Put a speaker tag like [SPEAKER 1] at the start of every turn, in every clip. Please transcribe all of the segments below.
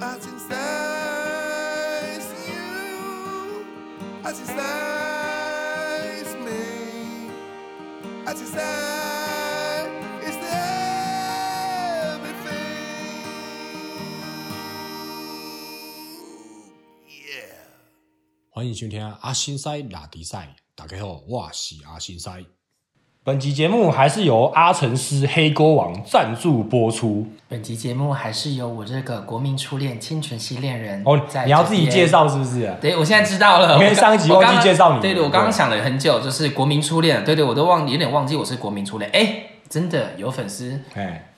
[SPEAKER 1] as inside you, as inside me, as inside is everything. Yeah.
[SPEAKER 2] 欢迎收听阿新塞拉迪赛，大家好，我是阿新塞。
[SPEAKER 3] 本集节目还是由阿成师黑锅王赞助播出。
[SPEAKER 4] 本集节目还是由我这个国民初恋清纯系恋人
[SPEAKER 3] 哦
[SPEAKER 4] 在，
[SPEAKER 3] 你要
[SPEAKER 4] 这
[SPEAKER 3] 自己
[SPEAKER 4] 边
[SPEAKER 3] 介。绍是不是？
[SPEAKER 4] 对，我现在知道了。
[SPEAKER 3] 因为
[SPEAKER 4] 我刚
[SPEAKER 3] 上一集忘记
[SPEAKER 4] 我刚刚
[SPEAKER 3] 介绍你了
[SPEAKER 4] 对对，我刚刚想了很久，就是国民初恋。对对，我都忘，有点忘记我是国民初恋。哎，真的有粉丝
[SPEAKER 3] 哎，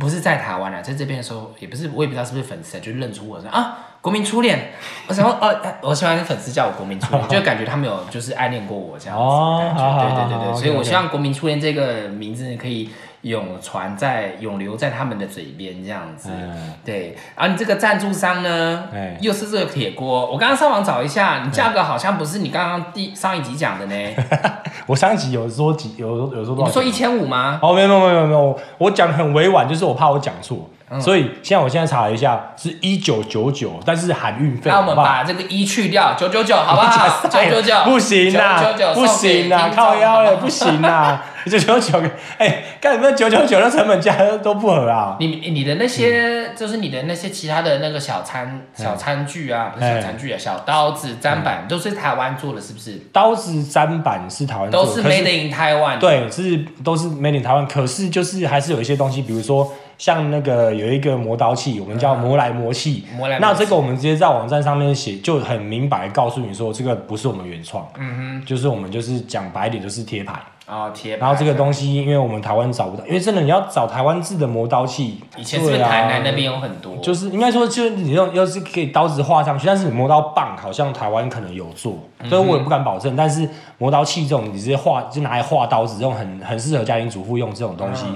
[SPEAKER 4] 不是在台湾啊，在这边的时候也不是，我也不知道是不是粉丝啊，就认出我说啊，国民初恋。 我想说，哦，我喜欢粉丝叫我国民初恋，就感觉他们有就是暗恋过我这样子
[SPEAKER 3] 哦
[SPEAKER 4] 的感
[SPEAKER 3] 好好好
[SPEAKER 4] 觉。对对对
[SPEAKER 3] 好
[SPEAKER 4] 对，所以我
[SPEAKER 3] OK，OK
[SPEAKER 4] 希望国民初恋这个名字可以永传在永留在他们的嘴边这样子
[SPEAKER 3] 嗯。
[SPEAKER 4] 对，然后你这个赞助商呢
[SPEAKER 3] 哎，
[SPEAKER 4] 又是这个铁锅，我刚刚上网找一下，你价格好像不是你刚刚第上一集讲的呢，
[SPEAKER 3] 我上一集有说几，有有说 多
[SPEAKER 4] 你不
[SPEAKER 3] 少
[SPEAKER 4] 说一
[SPEAKER 3] 钱？
[SPEAKER 4] 千五吗？
[SPEAKER 3] 哦，没有没有没有没有，我讲得很委婉，就是我怕我讲错，
[SPEAKER 4] 嗯
[SPEAKER 3] 所以现在我现在查了一下，是一九九九，但是含运费，
[SPEAKER 4] 那我们
[SPEAKER 3] 好不好
[SPEAKER 4] 把这个一去掉，九九 九，好不 好？九九九，
[SPEAKER 3] 不行
[SPEAKER 4] 九
[SPEAKER 3] 啦
[SPEAKER 4] 九，九，
[SPEAKER 3] 不行啦，靠腰
[SPEAKER 4] 了，
[SPEAKER 3] 了，不行啦， 九九九，哎，干什么九九九的成本价都不合啊？
[SPEAKER 4] 你你的那些、就是你的那些其他的那个小餐
[SPEAKER 3] 嗯
[SPEAKER 4] 小餐具啊，不是小餐具啊，小刀子、砧板都是台湾做的，是不是？
[SPEAKER 3] 刀子砧板是台湾做
[SPEAKER 4] 都
[SPEAKER 3] 的
[SPEAKER 4] 是
[SPEAKER 3] 可
[SPEAKER 4] made in
[SPEAKER 3] 嗯
[SPEAKER 4] Taiwan。，
[SPEAKER 3] 对，是都是 made in 台湾，可是就是还是有一些东西，比如说像那个有一个磨刀器，我们叫磨来磨器，
[SPEAKER 4] 嗯磨来磨
[SPEAKER 3] 那
[SPEAKER 4] 去
[SPEAKER 3] 这个我们直接在网站上面写，就很明白地告诉你说，这个不是我们原创，嗯哼，就是我们就是讲白一点，就是贴牌。
[SPEAKER 4] 哦，铁
[SPEAKER 3] 然
[SPEAKER 4] 板。
[SPEAKER 3] 后这个东西，因为我们台湾找不到，因为真的你要找台湾制的磨刀器，
[SPEAKER 4] 以前是不是
[SPEAKER 3] 对啊
[SPEAKER 4] 台南那边有很多？
[SPEAKER 3] 就是应该说，就是你用要是可以刀子画上去，但是你磨刀棒好像台湾可能有做，
[SPEAKER 4] 嗯
[SPEAKER 3] 所以我也不敢保证。但是磨刀器这种，你直接画就拿来画刀子，这种很很适合家庭主妇用这种东
[SPEAKER 4] 嗯
[SPEAKER 3] 西，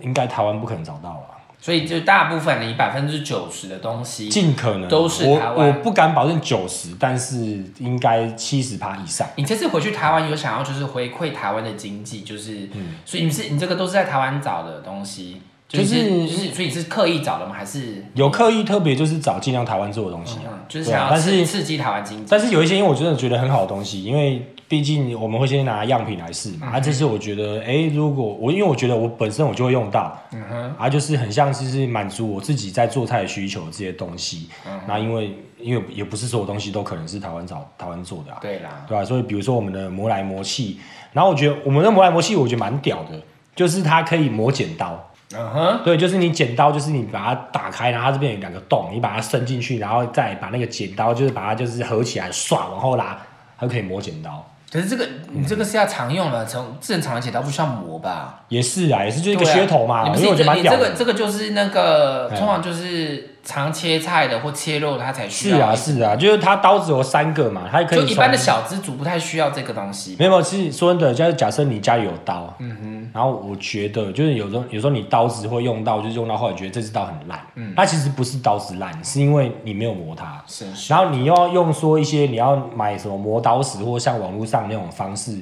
[SPEAKER 3] 应该台湾不可能找到啊了。
[SPEAKER 4] 所以就大部分你百分之九十的东西，
[SPEAKER 3] 尽可能
[SPEAKER 4] 都是
[SPEAKER 3] 我
[SPEAKER 4] 台湾
[SPEAKER 3] 我不敢保证九十，但是应该七十趴以上。
[SPEAKER 4] 你这次回去台湾有想要就是回馈台湾的经济，就是，所以你是你这个都是在台湾找的东西，就
[SPEAKER 3] 嗯就是
[SPEAKER 4] 是就是，所以你是刻意找的吗？还是
[SPEAKER 3] 有刻意特别就是找尽量台湾做的东西啊，
[SPEAKER 4] 嗯，就是
[SPEAKER 3] 对啊
[SPEAKER 4] 想要
[SPEAKER 3] 但是
[SPEAKER 4] 刺刺激台湾经济？
[SPEAKER 3] 但是有一些，因为我真的觉得很好的东西，因为毕竟我们会先拿样品来试嘛。啊，这次我觉得，哎、如果我因为我觉得我本身我就会用到，嗯哼，啊，就是很像就是满足我自己在做菜的需求这些东西。那因为因为也不是所有东西都可能是台湾找台湾做的啊，
[SPEAKER 4] 对啦，
[SPEAKER 3] 对吧、所以比如说我们的磨来磨器，然后我觉得我们的磨来磨器，我觉得蛮屌的，就是它可以磨剪刀。
[SPEAKER 4] 嗯哼，
[SPEAKER 3] 对，就是你剪刀，就是你把它打开，然后它这边有两个洞，你把它伸进去，然后再把那个剪刀，就是把它就是合起来，唰往后拉，它就可以磨剪刀。
[SPEAKER 4] 可是这个你这个是要常用的，从正常的剪刀不需要磨吧？
[SPEAKER 3] 也是啊，也是就一个
[SPEAKER 4] 对啊
[SPEAKER 3] 噱头嘛，
[SPEAKER 4] 你不
[SPEAKER 3] 因
[SPEAKER 4] 是
[SPEAKER 3] 为我觉得蛮
[SPEAKER 4] 你这
[SPEAKER 3] 屌
[SPEAKER 4] 个
[SPEAKER 3] 的。
[SPEAKER 4] 这个就是那个
[SPEAKER 3] 哎
[SPEAKER 4] 通常就是常切菜的或切肉的，它才需
[SPEAKER 3] 是
[SPEAKER 4] 要。
[SPEAKER 3] 啊，是啊，就是它刀子有三个嘛，它可以
[SPEAKER 4] 就一般的
[SPEAKER 3] 从
[SPEAKER 4] 小资族不太需要这个东西。
[SPEAKER 3] 没有，没有其实说真的，就是假设你家里有刀，嗯哼，然后我觉得就是有时候有时候你刀子会用到，就是用到后来觉得这支刀很烂，嗯，它其实不是刀子烂，是因为你没有磨它，
[SPEAKER 4] 是是
[SPEAKER 3] 然后你又要用说一些你要买什么磨刀石或像网络上那种方式，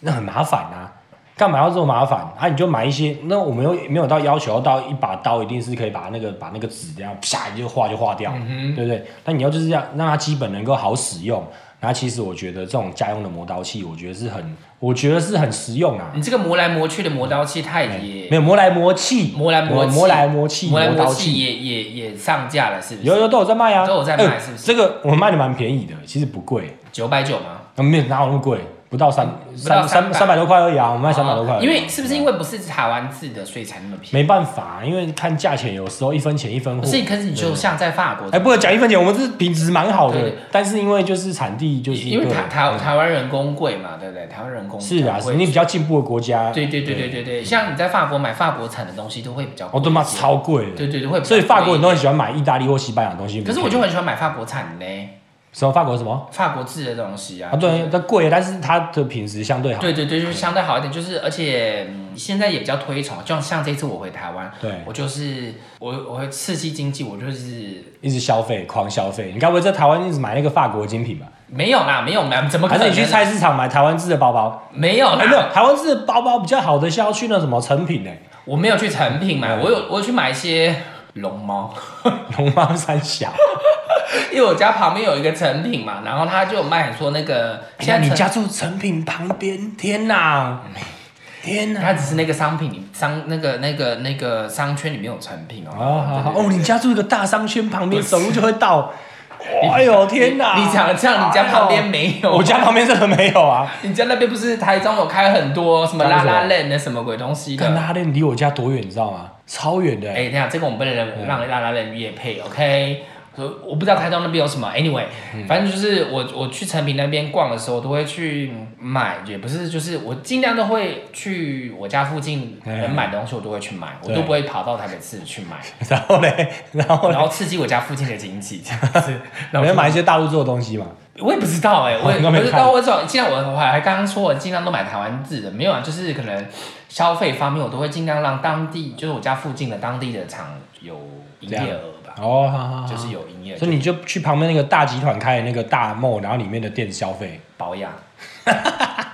[SPEAKER 3] 那很麻烦啊。干嘛要这么麻烦啊？你就买一些，那我们又没有到要求要到一把刀一定是可以把那个把那个纸这样啪就划就划掉，
[SPEAKER 4] 嗯
[SPEAKER 3] 对不对？但你要就是这样让它基本能够好使用。然后其实我觉得这种家用的磨刀器，我觉得是很，我觉得是很实用啊。
[SPEAKER 4] 你这个磨来磨去的磨刀器，
[SPEAKER 3] 哎
[SPEAKER 4] 它也
[SPEAKER 3] 没有磨来磨去，
[SPEAKER 4] 磨来磨
[SPEAKER 3] 磨
[SPEAKER 4] 去
[SPEAKER 3] 磨来磨去，
[SPEAKER 4] 磨来
[SPEAKER 3] 刀
[SPEAKER 4] 磨去
[SPEAKER 3] 器
[SPEAKER 4] 也也也上架了，是不
[SPEAKER 3] 有
[SPEAKER 4] 是？
[SPEAKER 3] 有都有在卖啊，
[SPEAKER 4] 都有在
[SPEAKER 3] 哎
[SPEAKER 4] 卖是不是
[SPEAKER 3] 这个我卖的蛮便宜的，其实不贵。
[SPEAKER 4] 九百九吗？
[SPEAKER 3] 啊，没有哪有那么贵，不到三
[SPEAKER 4] 不到
[SPEAKER 3] 三三
[SPEAKER 4] 300
[SPEAKER 3] 三百多块而已啊，我们卖三百多块而已啊、
[SPEAKER 4] 哦因为是不是因为不是台湾制的，所以才那么便宜？
[SPEAKER 3] 没办法，因为看价钱有时候一分钱一分货
[SPEAKER 4] 不。是，可是你就像在法国，
[SPEAKER 3] 哎，不能讲一分钱，我们这品质蛮好
[SPEAKER 4] 对
[SPEAKER 3] 的
[SPEAKER 4] 对，
[SPEAKER 3] 但是因为就是产地就是
[SPEAKER 4] 因为
[SPEAKER 3] 对
[SPEAKER 4] 台台台湾人工贵嘛，对不对？台湾人工
[SPEAKER 3] 是啊，
[SPEAKER 4] 比较
[SPEAKER 3] 是
[SPEAKER 4] 贵
[SPEAKER 3] 你比较进步的国家，
[SPEAKER 4] 对对对对对对，像你在法国买法国产的东西都会比较
[SPEAKER 3] 哦，
[SPEAKER 4] 贵一
[SPEAKER 3] 他
[SPEAKER 4] 些，
[SPEAKER 3] 妈超贵的，
[SPEAKER 4] 对对对会比较贵一点，
[SPEAKER 3] 所以法国人都很喜欢买意大利或西班牙的东西。
[SPEAKER 4] 可是我就很喜欢买法国产的嘞，
[SPEAKER 3] 什么法国什么
[SPEAKER 4] 法国制的东西啊
[SPEAKER 3] 啊，，对，它贵，但是它的品质相对好。
[SPEAKER 4] 对对对，就是相对好一点，就是而且嗯现在也比较推崇，就像这次我回台湾，
[SPEAKER 3] 对
[SPEAKER 4] 我就是我我会刺激经济，我就是
[SPEAKER 3] 一直消费，狂消费。你该不会在台湾一直买那个法国精品吧？
[SPEAKER 4] 没有啦，没有啦，怎么可
[SPEAKER 3] 还
[SPEAKER 4] 能？
[SPEAKER 3] 是你去菜市场买台湾制的包包？
[SPEAKER 4] 没有啦，
[SPEAKER 3] 哎，没有，台湾制的包包比较好的是要去那什么成品呢、
[SPEAKER 4] 我没有去成品买，我有我有去买一些龙猫，
[SPEAKER 3] 龙猫三小，
[SPEAKER 4] 因为我家旁边有一个成品嘛，然后他就有卖很多那个，
[SPEAKER 3] 现在
[SPEAKER 4] 现在
[SPEAKER 3] 哎你
[SPEAKER 4] 成
[SPEAKER 3] 家住成品旁边，天哪，天哪！
[SPEAKER 4] 它只是那个商品里商那个那个那个商圈里面有成品哦。
[SPEAKER 3] 哦，好好
[SPEAKER 4] 对
[SPEAKER 3] 哦，你家住一个大商圈旁边，走路就会到。哎呦天哪！
[SPEAKER 4] 你讲的这样，你家旁边没
[SPEAKER 3] 哎
[SPEAKER 4] 有？啊
[SPEAKER 3] 呦我家旁边真的没有啊。
[SPEAKER 4] 你家那边不是台中有开很多什么
[SPEAKER 3] 开
[SPEAKER 4] 拉
[SPEAKER 3] 什么
[SPEAKER 4] 拉链的什么鬼东西的
[SPEAKER 3] 看？拉链离我家多远，你知道吗？超远的。
[SPEAKER 4] 哎、等一下这个我们不能让拉拉链夜配，OK？所以我不知道台中那边有什么，anyway，、
[SPEAKER 3] 嗯
[SPEAKER 4] 反正就是我我去成品那边逛的时候，我都会去买，也不是就是我尽量都会去我家附近
[SPEAKER 3] 嗯
[SPEAKER 4] 能买的东西，我都会去买，我
[SPEAKER 3] 对
[SPEAKER 4] 都不会跑到台北市去 买，
[SPEAKER 3] 然后嘞，然后嘞
[SPEAKER 4] 然后刺激我家附近的经济这样子。 然
[SPEAKER 3] 你
[SPEAKER 4] 后
[SPEAKER 3] 会
[SPEAKER 4] 就
[SPEAKER 3] 买一些大陆做的东西嘛？
[SPEAKER 4] 我也不知道哎、 我也
[SPEAKER 3] 你都
[SPEAKER 4] 我
[SPEAKER 3] 没
[SPEAKER 4] 不知
[SPEAKER 3] 看
[SPEAKER 4] 道为什么。尽量我我还刚刚说，我尽量都买台湾制的，没有啊，就是可能消费方面，我都会尽量让当地，就是我家附近的当地的厂有营业额吧，
[SPEAKER 3] 哦，好好好。
[SPEAKER 4] 就是有营业额，
[SPEAKER 3] 所以你就去旁边那个大集团开的那个大梦，然后里面的店消费。
[SPEAKER 4] 保养。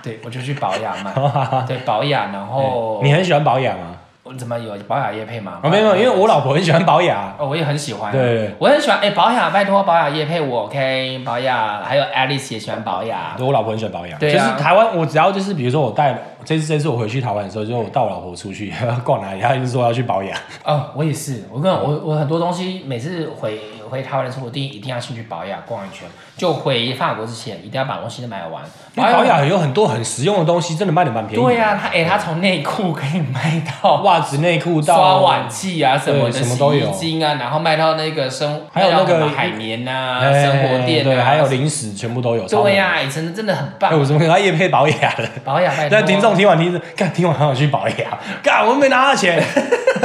[SPEAKER 4] 对，我就去保养嘛，对保养，然后
[SPEAKER 3] 你很喜欢保养吗？
[SPEAKER 4] 我怎么有保养业配吗？
[SPEAKER 3] 哦，没有没有，因为我老婆很喜欢保养。啊
[SPEAKER 4] 哦，我也很喜欢、
[SPEAKER 3] 对
[SPEAKER 4] 我很喜欢哎、保养，拜托保养叶配我 OK，保养还有 Alice 也喜欢保养，
[SPEAKER 3] 我老婆很喜欢保养，
[SPEAKER 4] 对啊
[SPEAKER 3] 就是台湾，我只要就是比如说我带这次这次我回去台湾的时候，就是我带我老婆出去 逛哪里，她就说要去保养。
[SPEAKER 4] 哦，我也是，我跟我我很多东西，每次回回台湾的时候，我一定一定要先去保养逛一圈，就回法国之前，一定要把东西都买完。
[SPEAKER 3] 因为保养有很多很实用的东西，真的卖的蛮便宜的。
[SPEAKER 4] 哎对呀、啊，他哎、他从内裤可以卖到
[SPEAKER 3] 袜子、内裤到
[SPEAKER 4] 刷碗器啊什么的，
[SPEAKER 3] 对什么都有
[SPEAKER 4] 洗衣精啊，然后卖到那个生，
[SPEAKER 3] 还有那个
[SPEAKER 4] 卖到什么海绵啊、
[SPEAKER 3] 哎
[SPEAKER 4] 生活店啊，
[SPEAKER 3] 对，还有零食，全部都有。超
[SPEAKER 4] 对
[SPEAKER 3] 美
[SPEAKER 4] 呀、哎真的真的很棒，
[SPEAKER 3] 哎，我怎么给他夜配保养了？
[SPEAKER 4] 保养拜托。
[SPEAKER 3] 那听众听完听，干听完还想去保养，干我们没拿到钱，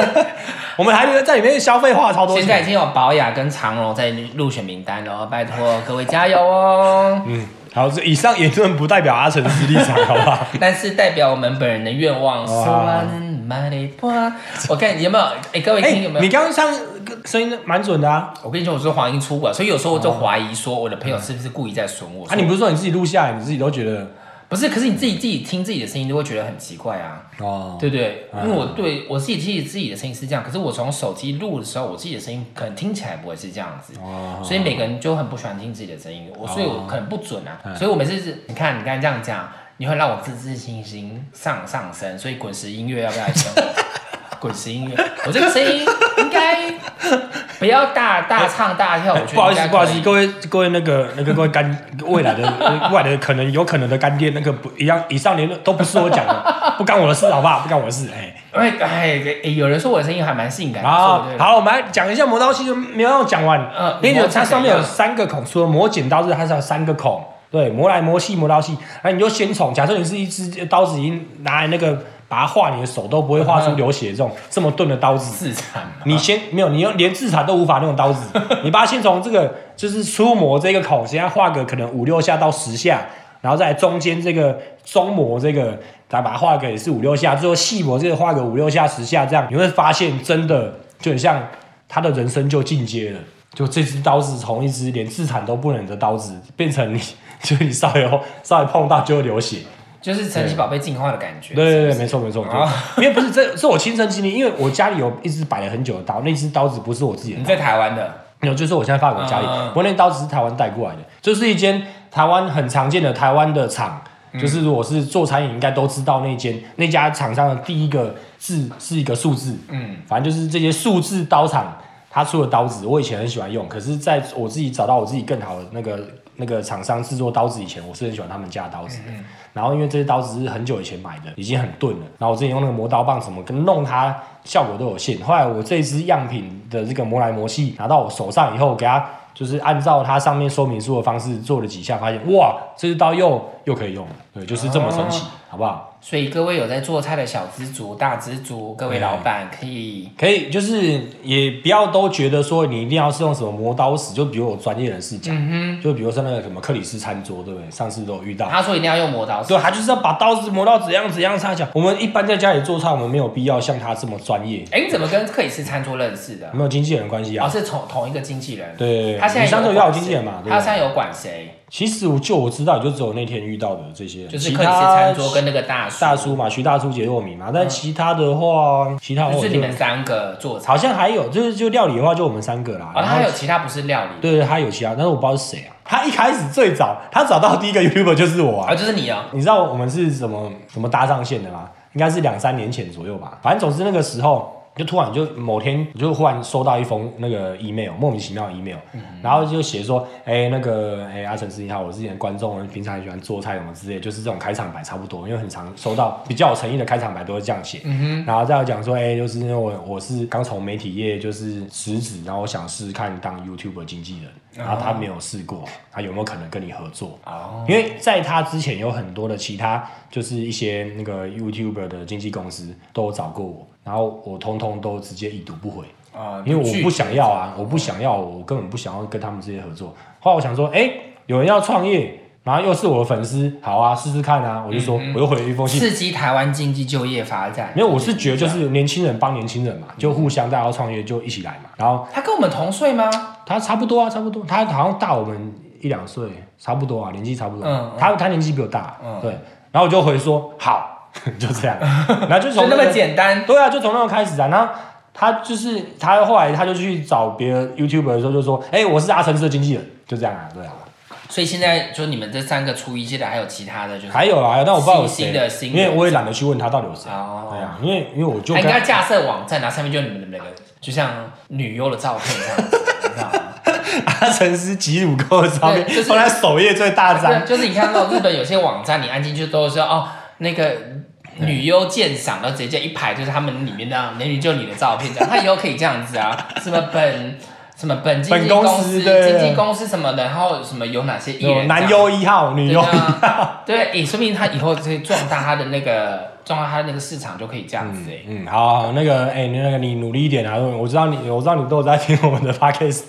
[SPEAKER 3] 我们还在里面消费花超多
[SPEAKER 4] 现在已
[SPEAKER 3] 钱。
[SPEAKER 4] 经有保养跟长荣在入选名单了哦，拜托各位加 油哦！
[SPEAKER 3] 嗯，好，这以上言论不代表阿成实立场，好不 好？
[SPEAKER 4] 但是代表我们本人的愿望。
[SPEAKER 3] 哇
[SPEAKER 4] 酸麦丽花，我看你有没有？哎、各位
[SPEAKER 3] 哎、
[SPEAKER 4] 听有没有？
[SPEAKER 3] 你刚刚唱声音蛮准的啊！
[SPEAKER 4] 我跟你说，我是黄莺出轨，所以有时候我就怀疑说，我的朋友是不是故意在损我？
[SPEAKER 3] 哦嗯啊，你不是说你自己录下来，你自己都觉得
[SPEAKER 4] 不是？可是你自己自己听自己的声音，就会觉得很奇怪啊，
[SPEAKER 3] 哦，
[SPEAKER 4] 对不对？
[SPEAKER 3] 嗯
[SPEAKER 4] 因为我对我自己自己自己的声音是这样，可是我从手机录的时候，我自己的声音可能听起来不会是这样子。
[SPEAKER 3] 哦，
[SPEAKER 4] 所以每个人就很不喜欢听自己的声音，我所以我可能不准啊，
[SPEAKER 3] 嗯
[SPEAKER 4] 所以我每次是你看你刚才这样讲，你会让我自自信心上上升，所以滚石音乐要不要来签 我？滚石音乐，我这个声音应该不要大大唱大跳，我
[SPEAKER 3] 哎
[SPEAKER 4] 觉得
[SPEAKER 3] 不好意
[SPEAKER 4] 应该可
[SPEAKER 3] 思，
[SPEAKER 4] 以
[SPEAKER 3] 不好意思，各位各位那个那个各位干未来的 未来的可能有可能的干爹，那个不一样，以上言论都不是我讲的，不干我的事，好不好？不干我的事，哎、
[SPEAKER 4] 哎哎哎，有人说我的声音还蛮性感的，
[SPEAKER 3] 好
[SPEAKER 4] 所以我就
[SPEAKER 3] 好，我们来讲一下磨刀器，就没有让我讲完。
[SPEAKER 4] 嗯
[SPEAKER 3] 因为它上面有
[SPEAKER 4] 磨剪刀
[SPEAKER 3] 三个孔，除了磨剪刀之外，它是有三个孔。对，磨来磨去，磨刀器。那你就先从，假设你是一只刀子，已经拿来那个把它划，你的手都不会划出流血这种这么钝的刀子。
[SPEAKER 4] 自残嘛。
[SPEAKER 3] 你先没有，你用连自残都无法那种刀子，你把它先从这个就是出磨这个孔，先划个可能五六下到十下，然后再来中间这个中磨这个，再把它划个也是五六下，最后细磨这个划个五六下十下，这样你会发现真的就很像他的人生就进阶了。就这只刀子从一只连自残都不能的刀子，变成你 就你稍微稍微碰到就会流血，
[SPEAKER 4] 就是神奇宝贝进化的感觉。
[SPEAKER 3] 对对
[SPEAKER 4] 是
[SPEAKER 3] 对，
[SPEAKER 4] 不是
[SPEAKER 3] 没错没错，没错因为不是这是我亲身经历，因为我家里有一只摆了很久的刀，那只刀子不是我自己的
[SPEAKER 4] 你在台湾的，
[SPEAKER 3] 有，就是我现在法国家里，
[SPEAKER 4] 嗯嗯嗯
[SPEAKER 3] 不过那刀子是台湾带过来的，就是一间台湾很常见的台湾的厂，就是如果是做餐饮应该都知道那间那家厂商的第一个字是一个数字，
[SPEAKER 4] 嗯，
[SPEAKER 3] 反正就是这些数字刀厂它出的刀子，我以前很喜欢用，可是在我自己找到我自己更好的那个那个厂商制作刀子以前，我是很喜欢他们家的刀子的。然后因为这些刀子是很久以前买的，已经很钝了。然后我之前用那个磨刀棒怎么跟弄它，效果都有限。后来我这支样品的这个磨来磨去拿到我手上以后，给它就是按照它上面说明书的方式做了几下，发现哇，这支刀又又可以用了，对，就是这么神
[SPEAKER 4] 哦
[SPEAKER 3] 奇，好不好？
[SPEAKER 4] 所以各位有在做菜的小知足、大知足，各位
[SPEAKER 3] 嗯
[SPEAKER 4] 老板可以
[SPEAKER 3] 可以，就是也不要都觉得说你一定要是用什么磨刀石，就比如我专业人士
[SPEAKER 4] 嗯
[SPEAKER 3] 讲，就比如说那个什么克里斯餐桌，对不对？上次都有遇到，
[SPEAKER 4] 他说一定要用磨刀石，
[SPEAKER 3] 对，他就是要把刀子磨到怎样怎样差讲。我们一般在家里做菜，我们没有必要像他这么专业，
[SPEAKER 4] 哎，你怎么跟克里斯餐桌认识的？
[SPEAKER 3] 没有经纪人关系
[SPEAKER 4] 哦，
[SPEAKER 3] 啊。
[SPEAKER 4] 是从同一个经纪人。
[SPEAKER 3] 嗯对，
[SPEAKER 4] 他现在
[SPEAKER 3] 你上次
[SPEAKER 4] 有
[SPEAKER 3] 有要我
[SPEAKER 4] 管
[SPEAKER 3] 经纪人嘛
[SPEAKER 4] 谁
[SPEAKER 3] 对不对
[SPEAKER 4] 他现在有管谁？
[SPEAKER 3] 其实我就我知道，也就只有那天遇到的这些人，
[SPEAKER 4] 就是
[SPEAKER 3] 其
[SPEAKER 4] 克里斯
[SPEAKER 3] 他
[SPEAKER 4] 餐桌跟那个大叔，
[SPEAKER 3] 大叔嘛，徐大叔、杰洛米嘛。但其他的话，其他的话
[SPEAKER 4] 嗯就
[SPEAKER 3] 我
[SPEAKER 4] 是
[SPEAKER 3] 就
[SPEAKER 4] 你们三个做菜。
[SPEAKER 3] 好像还有，就是就料理的话，就我们三个啦。
[SPEAKER 4] 哦，
[SPEAKER 3] 然
[SPEAKER 4] 他
[SPEAKER 3] 后
[SPEAKER 4] 还有其他不是料理，
[SPEAKER 3] 对对，他有其他，但是我不知道是谁啊。他一开始最早，他找到第一个 YouTuber 就是我啊
[SPEAKER 4] 哦，。就是你哦，
[SPEAKER 3] 你知道我们是怎么怎么搭上线的吗？应该是两三年前左右吧。反正总之那个时候，就突然就某天，我就忽然收到一封那个 email，莫名其妙的 email，、然后就写说，哎、那个，哎、阿成师你好，我是你的观众，平常很喜欢做菜什么之类，就是这种开场白差不多，因为很常收到比较有诚意的开场白都会这样写。然后再有讲说，哎、就是因为我我是刚从媒体业就是辞职，然后我想试试看当 YouTuber 经纪人，然后他没有试过，他有没有可能跟你合作？
[SPEAKER 4] 哦，
[SPEAKER 3] 因为在他之前有很多的其他，就是一些那个 YouTuber 的经纪公司都有找过我，然后我通通都直接已读不回，
[SPEAKER 4] 哦，
[SPEAKER 3] 因为我不
[SPEAKER 4] 拒
[SPEAKER 3] 想要啊，我不想要，我根本不想要跟他们这些合作。后来我想说，哎、有人要创业，然后又是我的粉丝，好啊，试试看啊，我就说，我又回了一封信。
[SPEAKER 4] 刺激台湾经济就业发展。
[SPEAKER 3] 没有，我是觉得就是年轻人帮年轻人嘛，就互相大家要创业就一起来嘛。然后
[SPEAKER 4] 他跟我们同岁吗？
[SPEAKER 3] 他差不多啊，差不多，他好像大我们一两岁，差不多啊，年纪差不多。
[SPEAKER 4] 嗯嗯
[SPEAKER 3] 他他年纪比我大，
[SPEAKER 4] 嗯
[SPEAKER 3] 对。然后我就回说好， 就这 样，然后就
[SPEAKER 4] 就
[SPEAKER 3] 从
[SPEAKER 4] 那
[SPEAKER 3] 个
[SPEAKER 4] 么简单，
[SPEAKER 3] 对啊，就从那个开始啊。然后他就是他后来他就去找别的 YouTuber 的时候就说，哎、我是阿成师的经纪人，就这样啊，对啊。
[SPEAKER 4] 所以现在就你们这三个初一，现在还有其他的，就是
[SPEAKER 3] 还有啊，还有但我不知道有
[SPEAKER 4] 新嗯的
[SPEAKER 3] 谁，
[SPEAKER 4] 新
[SPEAKER 3] 因
[SPEAKER 4] 的
[SPEAKER 3] 为我也懒得去问他到底有谁。
[SPEAKER 4] 哦
[SPEAKER 3] 对啊，因为因为我就
[SPEAKER 4] 他
[SPEAKER 3] 跟
[SPEAKER 4] 应该架设网站，然啊后上面就是你们两个，就像女优的照片这样子，你知 道吗？
[SPEAKER 3] 阿成师吉鲁沟的照片
[SPEAKER 4] 对就是
[SPEAKER 3] 放在首页最大张
[SPEAKER 4] 对，，就是你看到日本有些网站，你按进去都是哦那个。女优鉴赏，然后直接一排就是他们里面的美女就你的照片，这样他以后可以这样子啊，什么本什么本经纪
[SPEAKER 3] 本公
[SPEAKER 4] 公
[SPEAKER 3] 司
[SPEAKER 4] 司、
[SPEAKER 3] 对
[SPEAKER 4] 经纪公司什么的，然后什么有哪些艺
[SPEAKER 3] 有
[SPEAKER 4] 人，
[SPEAKER 3] 男优一号、女
[SPEAKER 4] 对
[SPEAKER 3] 优一号。
[SPEAKER 4] 啊，对，也说明他以后这壮大他的那个壮大他的那个市场就可以这样子哎、
[SPEAKER 3] 嗯，好好，那个，哎、你那个你努力一点啊！我知道你，我知道你都有在听我们的 podcast，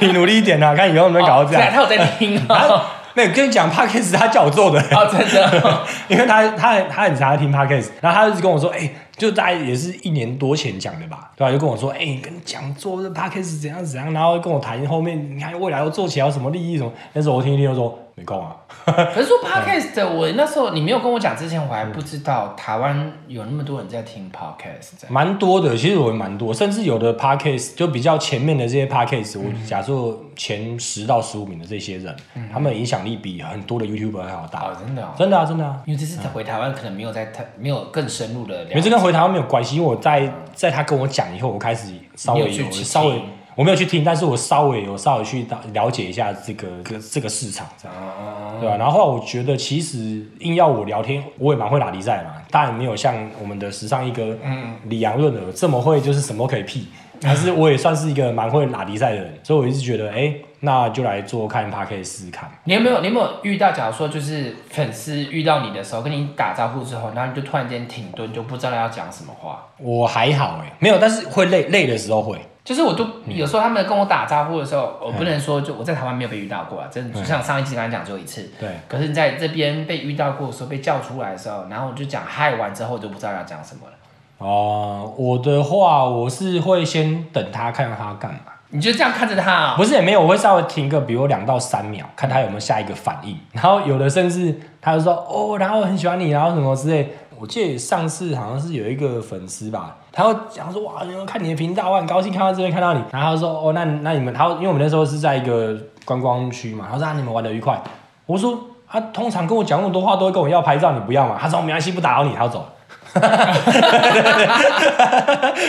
[SPEAKER 3] 你 努力一点啊，看以后能不能搞到这
[SPEAKER 4] 哦对啊
[SPEAKER 3] 样。
[SPEAKER 4] 他有在听
[SPEAKER 3] 啊
[SPEAKER 4] 哦，
[SPEAKER 3] 没有跟你讲 podcast，他叫我做的、
[SPEAKER 4] 哦，真的哦，
[SPEAKER 3] 因为他他他很常在听 podcast，然后他就一直跟我说，哎、就大概也是一年多前讲的吧，对吧、就跟我说，哎、跟你讲做这 podcast 怎样怎样，然后跟我谈后面你看未来要做起来有什么利益什么。那时候我听一听就说没空啊，
[SPEAKER 4] 可是说 podcast，的我那时候你没有跟我讲之前，我还不知道台湾有那么多人在听 podcast 的。
[SPEAKER 3] 蛮多的，其实我蛮多，甚至有的 podcast 就比较前面的这些 podcast，、我
[SPEAKER 4] 嗯
[SPEAKER 3] 假设前十到十五名的这些人，他们影响力比很多的 YouTuber 还要大，
[SPEAKER 4] 哦，真的哦，
[SPEAKER 3] 真的啊，真的啊。
[SPEAKER 4] 因为这次回台湾可能没有在台没有更深入的
[SPEAKER 3] 没
[SPEAKER 4] 聊
[SPEAKER 3] 这。跟回台湾没有关系，因为我在在他跟我讲以后，我开始稍微
[SPEAKER 4] 你有
[SPEAKER 3] 有
[SPEAKER 4] 去听
[SPEAKER 3] 稍微我没有去听，但是我稍微有稍微去了了解一下这个这个这个市场这样。
[SPEAKER 4] 哦，
[SPEAKER 3] 对吧、然后后来我觉得，其实硬要我聊天，我也蛮会打比赛嘛，当然没有像我们的时尚一哥李阳润尔这么会，就是什么都可以屁。但是我也算是一个蛮会打比赛的人，所以我一直觉得，哎、那就来做看 p 可以试试看。
[SPEAKER 4] 你有没有你有没有遇到？假如说就是粉丝遇到你的时候，跟你打招呼之后，然后你就突然间停顿，就不知道要讲什么话。
[SPEAKER 3] 我还好哎、没有，但是会累，累的时候会。
[SPEAKER 4] 就是我都有时候他们跟我打招呼的时候，我不能说就我在台湾没有被遇到过啊，真的就像上一期刚刚讲只有一次。
[SPEAKER 3] 对
[SPEAKER 4] 可是你在这边被遇到过的时候，被叫出来的时候，然后我就讲嗨完之后，我就不知道要讲什么了。
[SPEAKER 3] 哦、我的话，我是会先等他看他干嘛。
[SPEAKER 4] 你就这样看着他啊、
[SPEAKER 3] 不是也没有，我会稍微停个，比如两到三秒，看他有没有下一个反应。然后有的甚至他就说哦，然后很喜欢你，然后什么之类。我记得上次好像是有一个粉丝吧，他会讲说哇，有看你的频道，啊我很高兴看到这边看到你。然后他说哦，那那你们，他因为我们那时候是在一个观光区嘛，他说啊，你们玩的愉快。我说他、通常跟我讲那么多话，都会跟我要拍照，你不要嘛？他说没关系，不打扰你，他就走了。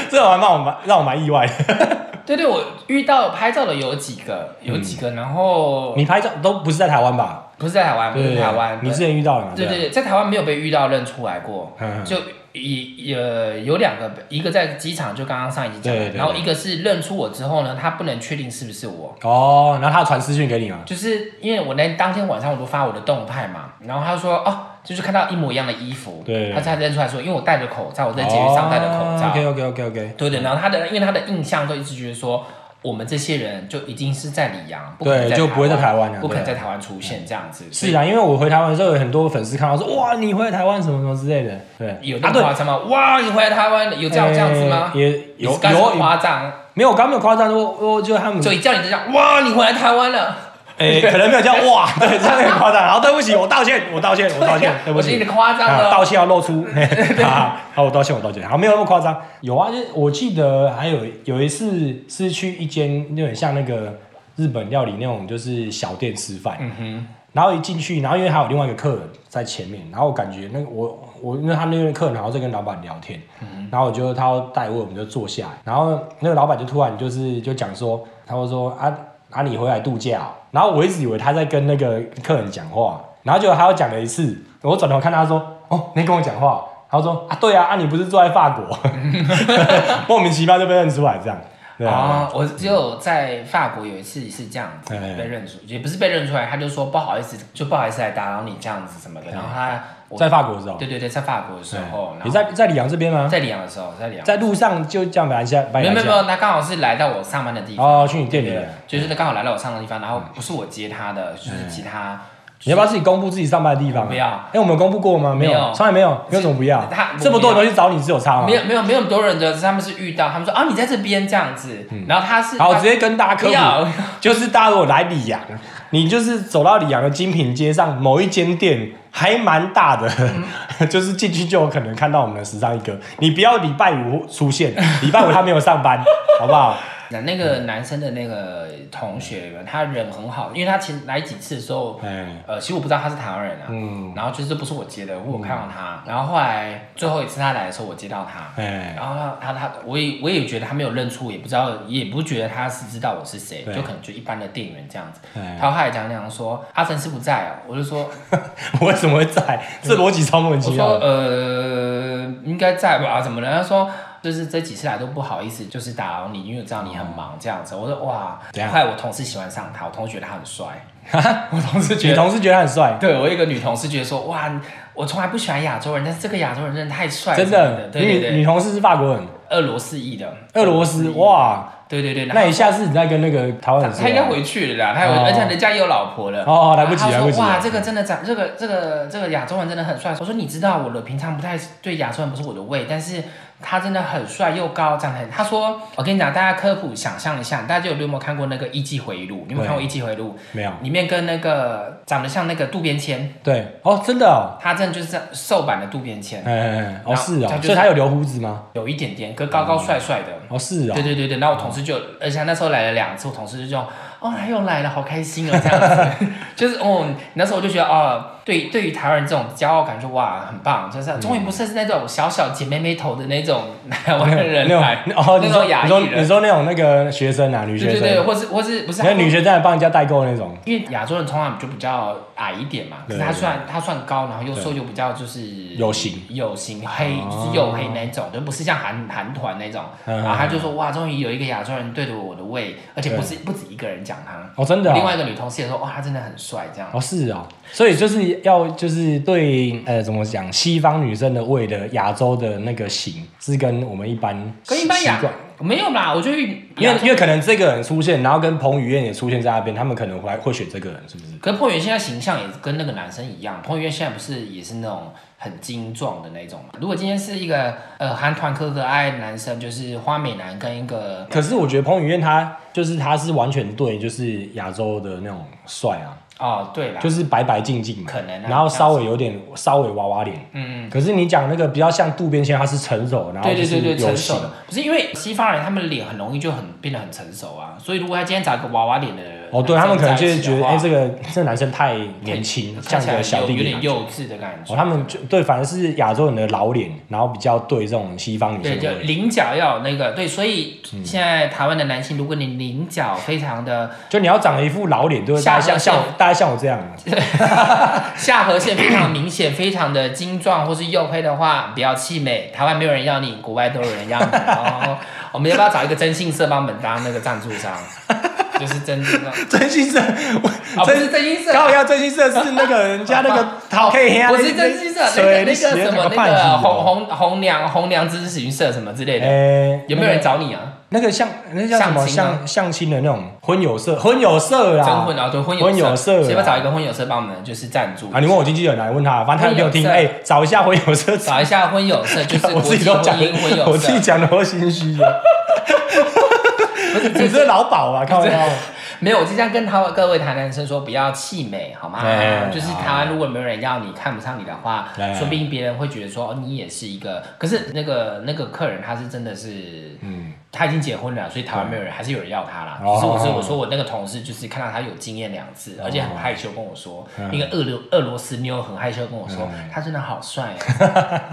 [SPEAKER 3] 这还让我蛮让我蛮意外的。
[SPEAKER 4] 对对，我遇到拍照的有几个，有几个，然后
[SPEAKER 3] 你拍照都不是在台湾吧？
[SPEAKER 4] 不是在台湾，不是台湾，
[SPEAKER 3] 你
[SPEAKER 4] 对
[SPEAKER 3] 之前遇到了嘛？
[SPEAKER 4] 对对对，在台湾没有被遇到认出来过
[SPEAKER 3] 嗯，嗯
[SPEAKER 4] 就一呃有两个，一个在机场，就刚刚上一集讲
[SPEAKER 3] 对对
[SPEAKER 4] 的，
[SPEAKER 3] 对
[SPEAKER 4] 然后一个是认出我之后呢，他不能确定是不是我。
[SPEAKER 3] 哦，然后他传私讯给你嘛？
[SPEAKER 4] 就是因为我那当天晚上我都发我的动态嘛，然后他说哦，就是看到一模一样的衣服，
[SPEAKER 3] 对哦
[SPEAKER 4] 他才认出来说，因为我戴着口罩，我在捷运上戴着口罩，
[SPEAKER 3] OK OK OK OK。
[SPEAKER 4] 对的。然后他的因为他的印象都一直觉得说，我们这些人就一定是在里昂，不可能
[SPEAKER 3] 对就不会在台湾啊
[SPEAKER 4] 不可能
[SPEAKER 3] 对
[SPEAKER 4] 在台湾出现这样子，所以
[SPEAKER 3] 是啊，因为我回台湾的时候，有很多粉丝看到说哇，你回台湾什么什么之类的。对，
[SPEAKER 4] 有
[SPEAKER 3] 啊
[SPEAKER 4] 那么
[SPEAKER 3] 对，
[SPEAKER 4] 夸张吗？哇，你回来台湾了有这样这样子吗？
[SPEAKER 3] 呃也有
[SPEAKER 4] 你是干什么
[SPEAKER 3] 有
[SPEAKER 4] 夸张？
[SPEAKER 3] 没有，我刚刚没有夸张，我我就他们
[SPEAKER 4] 所以叫你就叫哇，你回来台湾了，
[SPEAKER 3] 诶、可能没有这样 哇，对，这样很夸张。然后对不起，我道歉，我道歉，我道歉，对不
[SPEAKER 4] 我觉
[SPEAKER 3] 起
[SPEAKER 4] 得，你夸张
[SPEAKER 3] 啊
[SPEAKER 4] 了，哦
[SPEAKER 3] 道歉要露 出。 好，好，我道歉，我道歉，好，没有那么夸张。有啊，就是我记得还有有一次是去一间有点像那个日本料理那种就是小店吃饭，
[SPEAKER 4] 嗯
[SPEAKER 3] 然后一进去，然后因为还有另外一个客人在前面，然后我感觉那个我我因为他那个客人好像在跟老板聊天，
[SPEAKER 4] 嗯
[SPEAKER 3] 然后我就他要带我，我们就坐下来，然后那个老板就突然就是就讲说，他就说啊啊你回来度假哦、然后我一直以为他在跟那个客人讲话，然后结果他又讲了一次，我转头看他说哦你在跟我讲话，他说啊对啊啊你不是住在法国， 莫名其妙就被认出来这样，对啊，
[SPEAKER 4] 啊、我只有在法国有一次是这样子
[SPEAKER 3] 哎
[SPEAKER 4] 被认出，也不是被认出来，他就说不好意思，就不好意思来打扰你这样子什么的。然后他我
[SPEAKER 3] 在法国的时候，
[SPEAKER 4] 对对对，在法国的时候，
[SPEAKER 3] 你
[SPEAKER 4] 然后
[SPEAKER 3] 在在里昂这边吗？
[SPEAKER 4] 在里昂的时候，在里昂
[SPEAKER 3] 在路上就这样把一下，把你
[SPEAKER 4] 没有
[SPEAKER 3] 拦
[SPEAKER 4] 没
[SPEAKER 3] 下
[SPEAKER 4] 有没有，他刚好是来到我上班的地方，
[SPEAKER 3] 哦，去你店里
[SPEAKER 4] 对
[SPEAKER 3] 了。，
[SPEAKER 4] 就是他刚好来到我上班的地方，然后不是我接他的，就是其他。
[SPEAKER 3] 你要不要自己公布自己上班的地方啊？
[SPEAKER 4] 不要
[SPEAKER 3] 哎，我们有公布过吗？没
[SPEAKER 4] 没有
[SPEAKER 3] 有，从来没有。你有什么不要
[SPEAKER 4] 他？
[SPEAKER 3] 这么多人去找你，是有差吗？
[SPEAKER 4] 没有。没有没有很多人的，他们是遇到，他们说啊你在这边这样子，然后他是
[SPEAKER 3] 好，
[SPEAKER 4] 他
[SPEAKER 3] 直接跟大家科
[SPEAKER 4] 不要
[SPEAKER 3] 普，就是大家如果来里昂，你就是走到里昂的精品街上某一间店，还蛮大的，
[SPEAKER 4] 嗯
[SPEAKER 3] 就是进去就有可能看到我们的时尚一哥。你不要礼拜五出现，礼拜五他没有上班，好不 好？
[SPEAKER 4] 那那个男生的那个同学，他人很好，因为他前来几次的时候，
[SPEAKER 3] 哎
[SPEAKER 4] 呃，其实我不知道他是台湾人啊，
[SPEAKER 3] 嗯
[SPEAKER 4] 然后就是这不是我接的，我有看到他，然后后来最后一次他来的时候，我接到他，
[SPEAKER 3] 哎，
[SPEAKER 4] 然后他他他，我也我也觉得他没有认出，也不知道，也不觉得他是知道我是谁，
[SPEAKER 3] 对
[SPEAKER 4] 就可能就一般的店员这样子
[SPEAKER 3] 哎。
[SPEAKER 4] 他后来讲讲说阿成是不在哦，我就说
[SPEAKER 3] 我为什么会在？这逻辑超莫名
[SPEAKER 4] 我
[SPEAKER 3] 其
[SPEAKER 4] 说
[SPEAKER 3] 妙的。
[SPEAKER 4] 呃，应该在吧？怎么了？他说就是这几次来都不好意思，就是打扰你，因为我知道你很忙这样子。我说哇，
[SPEAKER 3] 怎样
[SPEAKER 4] 后来我同事喜欢上他，我同事觉得他 很帅，我同事觉
[SPEAKER 3] 女
[SPEAKER 4] 得。
[SPEAKER 3] 同事觉得他很帅，
[SPEAKER 4] 对我有一个女同事觉得说哇，我从来不喜欢亚洲人，但是这个亚洲人真的太帅了，
[SPEAKER 3] 真的。
[SPEAKER 4] 对对
[SPEAKER 3] 女女
[SPEAKER 4] 对，
[SPEAKER 3] 同事是法国人，
[SPEAKER 4] 俄罗斯裔的，
[SPEAKER 3] 俄罗斯哇。
[SPEAKER 4] 对对嗯对，然后
[SPEAKER 3] 那你下次你再跟那个台湾人说啊，
[SPEAKER 4] 他应该回去了啦，他有，
[SPEAKER 3] 哦
[SPEAKER 4] 而且人家也有老婆了。
[SPEAKER 3] 哦来不及
[SPEAKER 4] 然后
[SPEAKER 3] 来不
[SPEAKER 4] 他说
[SPEAKER 3] 及
[SPEAKER 4] 哇，这个真的长，这个这个这个亚洲人真的很帅。我说你知道我的平常不太对亚洲人不是我的胃，但是他真的很帅又高，长得很。他说我跟你讲，大家科普想象一下，大家有有没有看过那个《一季回忆录》？你有没有看过《一季回忆录
[SPEAKER 3] 没有》？？
[SPEAKER 4] 里面跟那个长得像那个渡边谦，
[SPEAKER 3] 对哦，真的哦，
[SPEAKER 4] 他真的就是瘦版的渡边谦，
[SPEAKER 3] 哎哎哎，
[SPEAKER 4] 然后
[SPEAKER 3] 哦是
[SPEAKER 4] 他
[SPEAKER 3] 哦，
[SPEAKER 4] 就是
[SPEAKER 3] 所以他有留胡子吗？
[SPEAKER 4] 有一点点，可高高帅帅的。
[SPEAKER 3] 哦是哦
[SPEAKER 4] 对，对对对，然后我同事就，而且他那时候来了两次，我同事就这样，哦，他又来了，好开心哦，这样 子，就是哦，那时候我就觉得，哦，对，对于台湾人这种骄傲感，就哇，很棒，就是
[SPEAKER 3] 嗯
[SPEAKER 4] 终于不是那种小小姐妹妹头的 那种台湾人来，
[SPEAKER 3] 那种哦，你
[SPEAKER 4] 哎那
[SPEAKER 3] 说
[SPEAKER 4] 种亚
[SPEAKER 3] 你
[SPEAKER 4] 裔
[SPEAKER 3] 说
[SPEAKER 4] 人，
[SPEAKER 3] 你说那种那个学生啊，女
[SPEAKER 4] 对
[SPEAKER 3] 学
[SPEAKER 4] 对对，
[SPEAKER 3] 生，
[SPEAKER 4] 或是或是不是
[SPEAKER 3] 那女学生来帮人家代购那种，
[SPEAKER 4] 因为亚洲人通常就比较矮一点嘛，可
[SPEAKER 3] 对
[SPEAKER 4] 是他算他算高，然后又瘦又比较就是有
[SPEAKER 3] 有型哦
[SPEAKER 4] 有型黑就是黝黑那种，就不是像韩韩团那种。
[SPEAKER 3] 嗯
[SPEAKER 4] 然后他就说哇，终于有一个亚洲人对着我的胃，而且不是不止一个人讲他，
[SPEAKER 3] 哦真的哦，
[SPEAKER 4] 另外一个女同事也说哇，他真的很帅这样。
[SPEAKER 3] 哦是哦，所以就是要就是对呃怎么讲，西方女生的胃的亚洲的那个型是跟我们一般
[SPEAKER 4] 跟一般
[SPEAKER 3] 习
[SPEAKER 4] 亚
[SPEAKER 3] 惯
[SPEAKER 4] 没有啦，我觉得
[SPEAKER 3] 因为
[SPEAKER 4] 亚
[SPEAKER 3] 因为可能这个人出现，然后跟彭于晏也出现在那边，他们可能会会选这个人，是不是？
[SPEAKER 4] 可是彭于晏现在形象也跟那个男生一样，彭于晏现在不是也是那种很精壮的那种嘛？如果今天是一个呃韩团可可爱的男生，就是花美男跟一个
[SPEAKER 3] 可是我觉得彭于晏他就是他是完全对，就是亚洲的那种帅啊，
[SPEAKER 4] 哦对啦，
[SPEAKER 3] 就是白白净净嘛，
[SPEAKER 4] 可能啊
[SPEAKER 3] 然后稍微有点稍微娃娃脸。
[SPEAKER 4] 嗯，
[SPEAKER 3] 可是你讲那个比较像渡边谦，他是成熟，然后就
[SPEAKER 4] 对对
[SPEAKER 3] 是
[SPEAKER 4] 对对，
[SPEAKER 3] 有
[SPEAKER 4] 成
[SPEAKER 3] 型
[SPEAKER 4] 熟，的，不是因为西方人他们的脸很容易就很变得很成熟啊，所以如果他今天找一个娃娃脸的人，
[SPEAKER 3] 哦，对他们可能就是觉得，哎、
[SPEAKER 4] 哎
[SPEAKER 3] 这个这个男生太年
[SPEAKER 4] 嗯
[SPEAKER 3] 轻，像个小弟
[SPEAKER 4] 有
[SPEAKER 3] 弟
[SPEAKER 4] 点
[SPEAKER 3] 感觉。
[SPEAKER 4] 幼稚的感觉，
[SPEAKER 3] 哦，他们就对，反而是亚洲人的老脸，然后比较对这种西方女
[SPEAKER 4] 对，
[SPEAKER 3] 生
[SPEAKER 4] 就
[SPEAKER 3] 的味，
[SPEAKER 4] 菱角要有那个对，所以
[SPEAKER 3] 嗯
[SPEAKER 4] 现在台湾的男性，如果你菱角非常的
[SPEAKER 3] 就你要长一副老脸，对不对？
[SPEAKER 4] 下
[SPEAKER 3] 大家像像
[SPEAKER 4] 下
[SPEAKER 3] 大家像我这样，啊
[SPEAKER 4] 下颌线非常明显，非常的精壮，或是黝黑的话，不要气馁。台湾没有人要你，国外都有人要 你。哦，我们要不要找一个征信社帮我们当那个赞助商？就是征信社，
[SPEAKER 3] 真心社，
[SPEAKER 4] 啊，
[SPEAKER 3] 我
[SPEAKER 4] 不
[SPEAKER 3] 真
[SPEAKER 4] 是征信社，
[SPEAKER 3] 高要真心社是那个人家那 个陶 K 黑啊，
[SPEAKER 4] 不是真心社，那
[SPEAKER 3] 水
[SPEAKER 4] 个那个
[SPEAKER 3] 你写
[SPEAKER 4] 什
[SPEAKER 3] 得
[SPEAKER 4] 么
[SPEAKER 3] 整
[SPEAKER 4] 那
[SPEAKER 3] 半集
[SPEAKER 4] 个
[SPEAKER 3] 哦
[SPEAKER 4] 红红红娘红娘咨询社什么之类的，
[SPEAKER 3] 哎，
[SPEAKER 4] 有没有人找你啊？
[SPEAKER 3] 那个像那叫什么
[SPEAKER 4] 相亲啊
[SPEAKER 3] 相相亲的那种婚友社，婚友社
[SPEAKER 4] 征
[SPEAKER 3] 啦，
[SPEAKER 4] 婚啊，对婚
[SPEAKER 3] 哎婚
[SPEAKER 4] 友
[SPEAKER 3] 友社
[SPEAKER 4] 社，谁要
[SPEAKER 3] 啦
[SPEAKER 4] 找一个婚友社帮我们就是赞助
[SPEAKER 3] 啊，你问我经纪人来问他，反正他没有听，
[SPEAKER 4] 婚友
[SPEAKER 3] 哎
[SPEAKER 4] 社，
[SPEAKER 3] 找一下婚友社，
[SPEAKER 4] 找一下婚友社，就 是
[SPEAKER 3] 我
[SPEAKER 4] 国
[SPEAKER 3] 自己
[SPEAKER 4] 际
[SPEAKER 3] 都
[SPEAKER 4] 婚
[SPEAKER 3] 讲
[SPEAKER 4] 姻婚，友
[SPEAKER 3] 我自己
[SPEAKER 4] 社。
[SPEAKER 3] 讲的都心虚了。你是老鸨啊，靠腰。
[SPEAKER 4] 没有，我就这样跟他各位台南生说，不要气馁，好吗
[SPEAKER 3] 哎？
[SPEAKER 4] 就是台湾如果没有人要你，看不上你的话
[SPEAKER 3] 哎，
[SPEAKER 4] 说不定别人会觉得说哦你也是一个。可是那个那个客人他是真的是，嗯，他已经结婚了，所以台湾没有人，还是有人要他啦。
[SPEAKER 3] 哦
[SPEAKER 4] 只是我是我说我那个同事就是看到他有经验两次，而且很害羞跟我说，
[SPEAKER 3] 嗯
[SPEAKER 4] 一个俄罗俄罗斯妞很害羞跟我说，他真的好帅啊，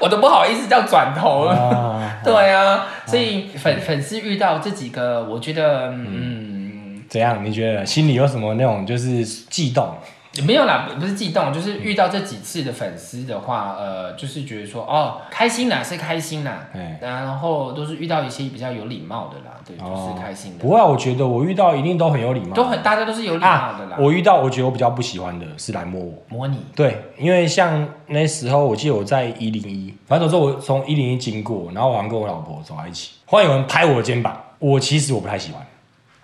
[SPEAKER 4] 我都不好意思叫转头 了。
[SPEAKER 3] 啊，
[SPEAKER 4] 对啊，所以粉粉丝遇到这几个，我觉得嗯，
[SPEAKER 3] 怎样？你觉得心里有什么那种就是悸动？
[SPEAKER 4] 没有啦，不是激动，就是遇到这几次的粉丝的话，呃，就是觉得说哦，开心啦，是开心啦
[SPEAKER 3] 哎，
[SPEAKER 4] 然后都是遇到一些比较有礼貌的啦，对，就是开心的
[SPEAKER 3] 不，会啊，我觉得我遇到一定都很有礼貌，
[SPEAKER 4] 嗯都很大家都是有礼貌的
[SPEAKER 3] 啊。
[SPEAKER 4] 啦。
[SPEAKER 3] 我遇到我觉得我比较不喜欢的是来摸我。
[SPEAKER 4] 模拟
[SPEAKER 3] 对，因为像那时候，我记得我在一零一，反正总之我从一零一经过，然后我好像跟我老婆走在一起，忽然有人拍我的肩膀，我其实我不太喜欢，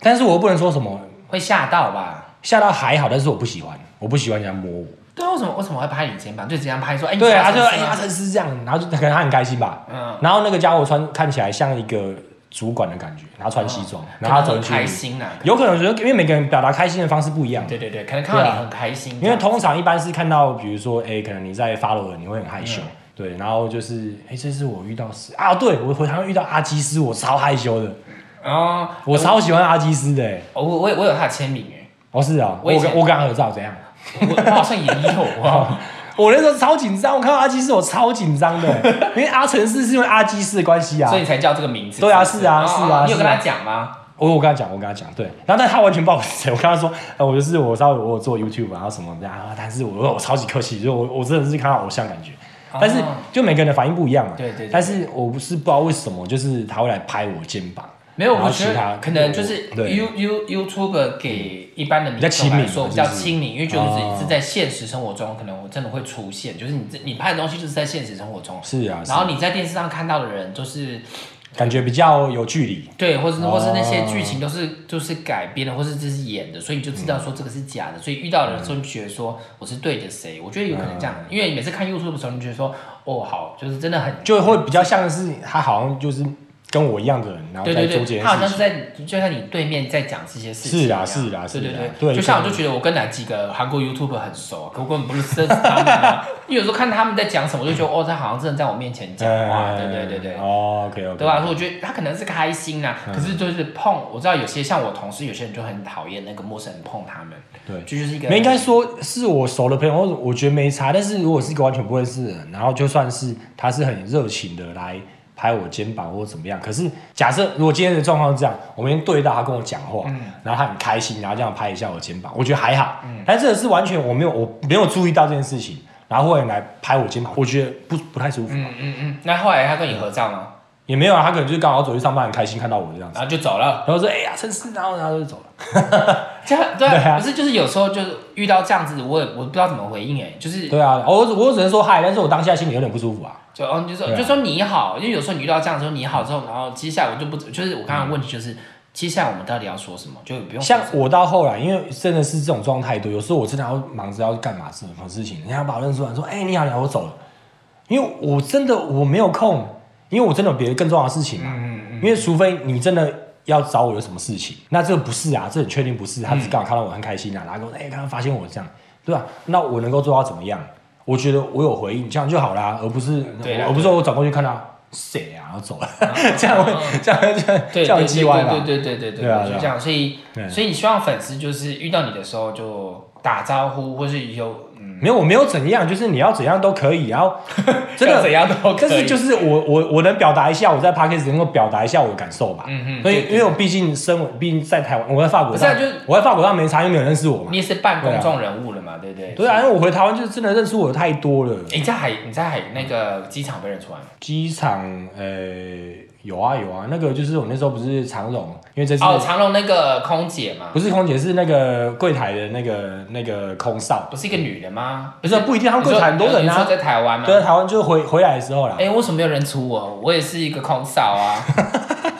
[SPEAKER 3] 但是我又不能说什么，
[SPEAKER 4] 会吓到吧？
[SPEAKER 3] 吓到还好，但是我不喜欢，我不喜欢人家摸我。
[SPEAKER 4] 对啊，为什么为什么会拍你肩膀？就这样拍说，哎，你
[SPEAKER 3] 对
[SPEAKER 4] 是
[SPEAKER 3] 啊，
[SPEAKER 4] 阿
[SPEAKER 3] 他就
[SPEAKER 4] 成
[SPEAKER 3] 哎
[SPEAKER 4] 是吗
[SPEAKER 3] 呀，真是这样，然后就可能他很开心吧。
[SPEAKER 4] 嗯
[SPEAKER 3] 然后那个家伙穿看起来像一个主管的感觉，然后穿西装，然后他走
[SPEAKER 4] 可能
[SPEAKER 3] 进
[SPEAKER 4] 嗯很
[SPEAKER 3] 去，
[SPEAKER 4] 开心啦，
[SPEAKER 3] 有可能觉得因为每个人表达开心的方式不一样，
[SPEAKER 4] 对对对，可能看到
[SPEAKER 3] 对啊
[SPEAKER 4] 你很开心，
[SPEAKER 3] 因为通常一般是看到，比如说，哎、可能你在 follow 人，你会很害羞，对，然后就是，哎、这是我遇到谁啊？对我回头遇到阿基斯，我超害羞的，
[SPEAKER 4] 哦，
[SPEAKER 3] 我超喜欢阿基斯的、哎
[SPEAKER 4] 我我我有他的签名哎。
[SPEAKER 3] 哦是啊，
[SPEAKER 4] 我
[SPEAKER 3] 我
[SPEAKER 4] 以
[SPEAKER 3] 跟
[SPEAKER 4] 前
[SPEAKER 3] 我跟他合照怎样？
[SPEAKER 4] 我我好像也有啊，
[SPEAKER 3] 我那时候超紧张，我看到阿基斯我超紧张的、哎因为阿成是是因为阿基斯的关 系啊
[SPEAKER 4] 所，以你才叫这个名字。
[SPEAKER 3] 对啊
[SPEAKER 4] 不
[SPEAKER 3] 是啊
[SPEAKER 4] 哦
[SPEAKER 3] 是啊
[SPEAKER 4] 哦
[SPEAKER 3] 是啊
[SPEAKER 4] 你有跟他讲吗？
[SPEAKER 3] 我我跟他讲，我跟他讲，对，然后但他完全不知道我是谁，我跟他说，呃，我就是我稍微我有做 YouTube 然后什么的啊，但是我我超级客气，就我我真的是看到偶像感觉，但是
[SPEAKER 4] 哦
[SPEAKER 3] 就每个人的反应不一样嘛，
[SPEAKER 4] 对对对
[SPEAKER 3] 但是我不是不知道为什么，就是他会来拍我肩膀，
[SPEAKER 4] 没有，
[SPEAKER 3] 然
[SPEAKER 4] 我
[SPEAKER 3] 后
[SPEAKER 4] 觉
[SPEAKER 3] 其他
[SPEAKER 4] 得可能就是
[SPEAKER 3] 对
[SPEAKER 4] You You YouTube 给一般的民众
[SPEAKER 3] 比较亲民
[SPEAKER 4] 来
[SPEAKER 3] 嘛
[SPEAKER 4] 说比较
[SPEAKER 3] 是不是
[SPEAKER 4] 亲民，因为就是
[SPEAKER 3] 哦
[SPEAKER 4] 是在现实生活中，可能我真的会出现，就是你这你拍的东西就是在现实生活中，
[SPEAKER 3] 是啊，
[SPEAKER 4] 然后
[SPEAKER 3] 是
[SPEAKER 4] 你在电视上看到的人就是
[SPEAKER 3] 感觉比较有距离，
[SPEAKER 4] 对，或是
[SPEAKER 3] 哦
[SPEAKER 4] 或是那些剧情都是就是改编的，或是这是演的，所以你就知道说这个是假
[SPEAKER 3] 嗯
[SPEAKER 4] 的。所以遇到的人时候，你觉得说我是对着谁？我觉得有可能这样，
[SPEAKER 3] 嗯
[SPEAKER 4] 因为每次看 YouTube 的时候，你觉得说哦好，就是真的很
[SPEAKER 3] 就会比较像是他好像就是跟我一样的人，然后
[SPEAKER 4] 对
[SPEAKER 3] 在
[SPEAKER 4] 对
[SPEAKER 3] 做这
[SPEAKER 4] 对，
[SPEAKER 3] 件
[SPEAKER 4] 他好
[SPEAKER 3] 事
[SPEAKER 4] 像
[SPEAKER 3] 情
[SPEAKER 4] 是。在就在你对面在讲这些事情一
[SPEAKER 3] 是
[SPEAKER 4] 样。
[SPEAKER 3] 啊是啊是
[SPEAKER 4] 对
[SPEAKER 3] 啊
[SPEAKER 4] 对对。
[SPEAKER 3] 对
[SPEAKER 4] 就像我
[SPEAKER 3] 对
[SPEAKER 4] 就觉得我跟哪几个韩国 YouTube 很熟，啊可我根本不是认识他们啊。因为有时候看他们在讲什么，我就觉得哦，他好像真的在我面前讲话。对对对对。
[SPEAKER 3] 哎哦，OK 嗯 OK，
[SPEAKER 4] 对吧？所以我觉得他可能是开心啦、可是就是碰，我知道有些像我同事，有些人就很讨厌那个陌生人碰他们，
[SPEAKER 3] 对
[SPEAKER 4] 这就是一个
[SPEAKER 3] 没应该说是我熟的朋友，或者我觉得没差。但是如果是一个完全不认识的人，然后就算是他是很热情的来拍我肩膀或怎么样，可是假设如果今天的状况是这样，我们对到他跟我讲话，然后他很开心，然后这样拍一下我肩膀，我觉得还好。但这个是完全我没有我没有注意到这件事情，然后忽然来拍我肩膀，我觉得不不太舒服。
[SPEAKER 4] 嗯嗯嗯。那后来他跟你合照吗？
[SPEAKER 3] 也没有啊，他可能就是刚好走去上班，很开心看到我这样子，
[SPEAKER 4] 然后就走了。
[SPEAKER 3] 然后说哎呀，真是，然后然后就走了。
[SPEAKER 4] 这样
[SPEAKER 3] 对
[SPEAKER 4] 对,、
[SPEAKER 3] 啊
[SPEAKER 4] 不是就是有时候就是遇到这样子，我也我不知道怎么回应哎、就是
[SPEAKER 3] 对啊，我只我只能说嗨，但是我当下心里有点不舒服啊。
[SPEAKER 4] 就哦，你就说、
[SPEAKER 3] 对啊
[SPEAKER 4] 就说你好，因为有时候你遇到这样说你好之后，然后接下来我就不就是我刚刚的问题就是、接下来我们到底要说什么，就不用
[SPEAKER 3] 像
[SPEAKER 4] 说什么
[SPEAKER 3] 我到后来，因为真的是这种状态多，有时候我真的要忙着要干嘛什么事情，人家把我认出来说：“哎、你好，你好，我走了。”因为我真的我没有空，因为我真的有别的更重要的事情嘛。因为除非你真的要找我有什么事情，那这个不是啊，这很确定不是。他只是刚好看到我很开心啊，然后跟我说：“哎、刚刚发现我这样，对吧、那我能够做到怎么样？我觉得我有回应，这样就好啦，而不是
[SPEAKER 4] 对啦
[SPEAKER 3] 而不是我转过去看他谁啊，然后走了，这样会这样这样这
[SPEAKER 4] 对对
[SPEAKER 3] 样
[SPEAKER 4] 对
[SPEAKER 3] 叽歪
[SPEAKER 4] 对
[SPEAKER 3] 了。
[SPEAKER 4] 对对对对
[SPEAKER 3] 对啊
[SPEAKER 4] 就
[SPEAKER 3] 对啊
[SPEAKER 4] 这样，所以
[SPEAKER 3] 对
[SPEAKER 4] 所以你希望粉丝就是遇到你的时候就打招呼，或是有嗯，
[SPEAKER 3] 没有，我没有怎样，就是你要怎样都可以，然 后真
[SPEAKER 4] 要
[SPEAKER 3] 的
[SPEAKER 4] 怎样都可
[SPEAKER 3] 但
[SPEAKER 4] 以
[SPEAKER 3] 是就是我我我能表达一下，我在 p a c k a g e 能够表达一下我的感受吧。
[SPEAKER 4] 嗯哼
[SPEAKER 3] 所
[SPEAKER 4] 对
[SPEAKER 3] 以
[SPEAKER 4] 对
[SPEAKER 3] 因为我毕竟身为，毕竟在台湾，我在法国
[SPEAKER 4] 不是啊
[SPEAKER 3] 上，
[SPEAKER 4] 就是
[SPEAKER 3] 我在法国上没差，因为没有人认识我嘛
[SPEAKER 4] 你。也是半公众人物了嘛，对不对？
[SPEAKER 3] 对啊，因为我回台湾就是真的认识我的太多了。
[SPEAKER 4] 诶。你在海你在海那个机场被认出来吗？
[SPEAKER 3] 机场呃有啊有啊，那个就是我那时候不是长荣，因为这次、
[SPEAKER 4] 哦，长隆那个空姐嘛，
[SPEAKER 3] 不是空姐是那个柜台的那个那个空少，
[SPEAKER 4] 不是一个女的吗？
[SPEAKER 3] 不是不一定他们柜台很多人啊
[SPEAKER 4] 你说在台湾吗？哎
[SPEAKER 3] 对，台湾就是回回来的时候啦。
[SPEAKER 4] 哎、为什么没有人出我？我也是一个空少啊，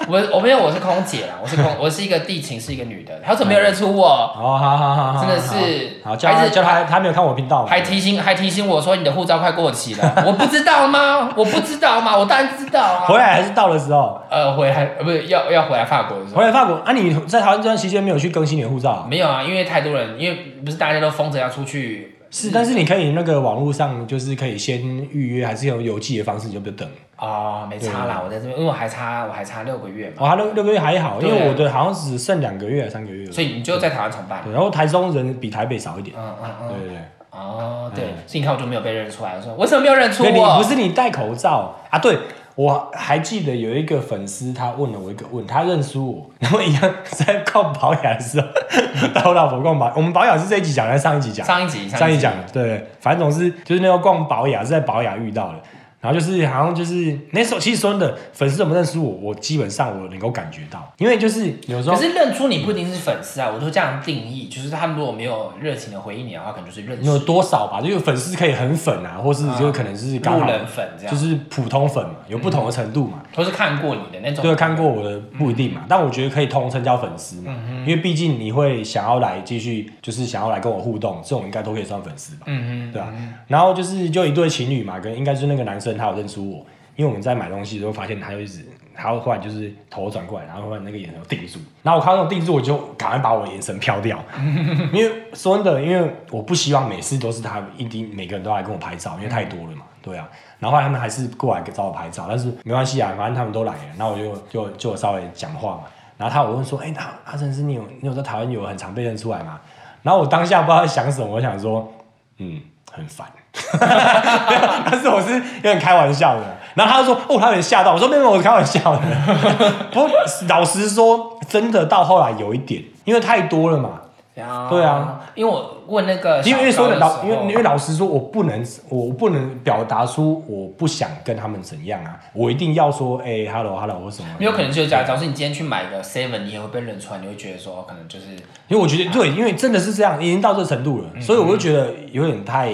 [SPEAKER 4] 我我没有，我是空姐啊啦，我是空，我是一个地勤，是一个女的，她怎么没有认出我？
[SPEAKER 3] 哦，好好好好好，
[SPEAKER 4] 真的是
[SPEAKER 3] 好，好叫他
[SPEAKER 4] 还是
[SPEAKER 3] 叫他，他没有看我频道嘛，
[SPEAKER 4] 还提醒还提醒我说你的护照快过期了，我不知道吗？我不知道吗？我当然知道啊。
[SPEAKER 3] 回来还是到的时候，
[SPEAKER 4] 呃回来呃不是要要回来法国的时候
[SPEAKER 3] 回。来法国啊，你在台湾这段期间没有去更新你的护照啊？
[SPEAKER 4] 没有啊，因为太多人，因为不是大家都封着要出去。
[SPEAKER 3] 是，但是你可以那个网络上就是可以先预约，还是用邮寄的方式，你就不等。
[SPEAKER 4] 哦，没差啦，我在这边，因为我还差我还差六个月嘛，
[SPEAKER 3] 哦，他六六个月还好，因
[SPEAKER 4] 对
[SPEAKER 3] 为
[SPEAKER 4] 啊
[SPEAKER 3] 我的好像只剩两个月、三个月了。
[SPEAKER 4] 所以你就在台湾重办。
[SPEAKER 3] 对，然后台中人比台北少一点。
[SPEAKER 4] 嗯嗯
[SPEAKER 3] 对
[SPEAKER 4] 嗯。
[SPEAKER 3] 对对，
[SPEAKER 4] 哦，对，所以你看我就没有被认出来，我说为什么没有认出
[SPEAKER 3] 嗯所以你不
[SPEAKER 4] 我？
[SPEAKER 3] 是你戴口罩啊？对，我还记得有一个粉丝他问了我一个问，他认输我，然后一样在逛保养的时候， 带我老婆逛保，我们保养是这一集讲还是上一集讲？
[SPEAKER 4] 上一集，
[SPEAKER 3] 上
[SPEAKER 4] 一
[SPEAKER 3] 一
[SPEAKER 4] 集
[SPEAKER 3] 讲，对，反正总是就是那个逛保雅是在保雅遇到的，然后就是好像就是那时候其实说真的粉丝怎么认识我，我基本上我能够感觉到，因为就是有时
[SPEAKER 4] 可
[SPEAKER 3] 候
[SPEAKER 4] 是认出你不一定是粉丝啊，我都这样定义，就是他们如果没有热情的回应你的话，可能就是认
[SPEAKER 3] 你有
[SPEAKER 4] 识
[SPEAKER 3] 多少吧，就有粉丝可以很粉啊，或是就可能是刚
[SPEAKER 4] 路
[SPEAKER 3] 好
[SPEAKER 4] 人粉这样，
[SPEAKER 3] 就是普通粉嘛，有不同的程度嘛。
[SPEAKER 4] 都是看过你的那种。
[SPEAKER 3] 对，看过我的不一定嘛，但我觉得可以通称叫粉丝嘛，因为毕竟你会想要来继续，就是想要来跟我互动，这种应该都可以算粉丝吧，嗯嗯，对吧、然后就是就一对情侣嘛，跟应该就是那个男生他有认出我，因为我们在买东西的时候发现他就一直，他会忽然就是头转过来，然后忽然那个眼神定住，然后我看到那种定住，我就赶快把我的眼神飘掉， 因为说真的，因为我不希望每次都是他一定每个人都来跟我拍照，因为太多了嘛，对啊。然后后来他们还是过来找我拍照，但是没关系啊，反正他们都来了，那我就就就稍微讲话嘛。然后他有问说：“哎、那阿成是你有你有在台湾有很常被认出来吗？”然后我当下不知道在想什么，我想说：“嗯，很烦。” 但是我是有点开玩笑的。然后他就说：“哦，他有点吓到。”我说：“没有，没有我是开玩笑的。” 不过老实说，真的到后来有一点，因为太多了嘛。
[SPEAKER 4] 啊
[SPEAKER 3] 对啊，
[SPEAKER 4] 因为我问那个小
[SPEAKER 3] 因为因为
[SPEAKER 4] 高
[SPEAKER 3] 说
[SPEAKER 4] 的
[SPEAKER 3] 的老，因
[SPEAKER 4] 时候
[SPEAKER 3] 为因为老实说，我不能，我不能表达出我不想跟他们怎样啊，我一定要说，哎、h e l l o hello 或什么。
[SPEAKER 4] 你有可能就是这样。假如说你今天去买个 seven，你也会被认出来，你会觉得说可能就是
[SPEAKER 3] 因为我觉得对，因为真的是这样，已经到这程度
[SPEAKER 4] 嗯
[SPEAKER 3] 了，所以我就觉得有点太，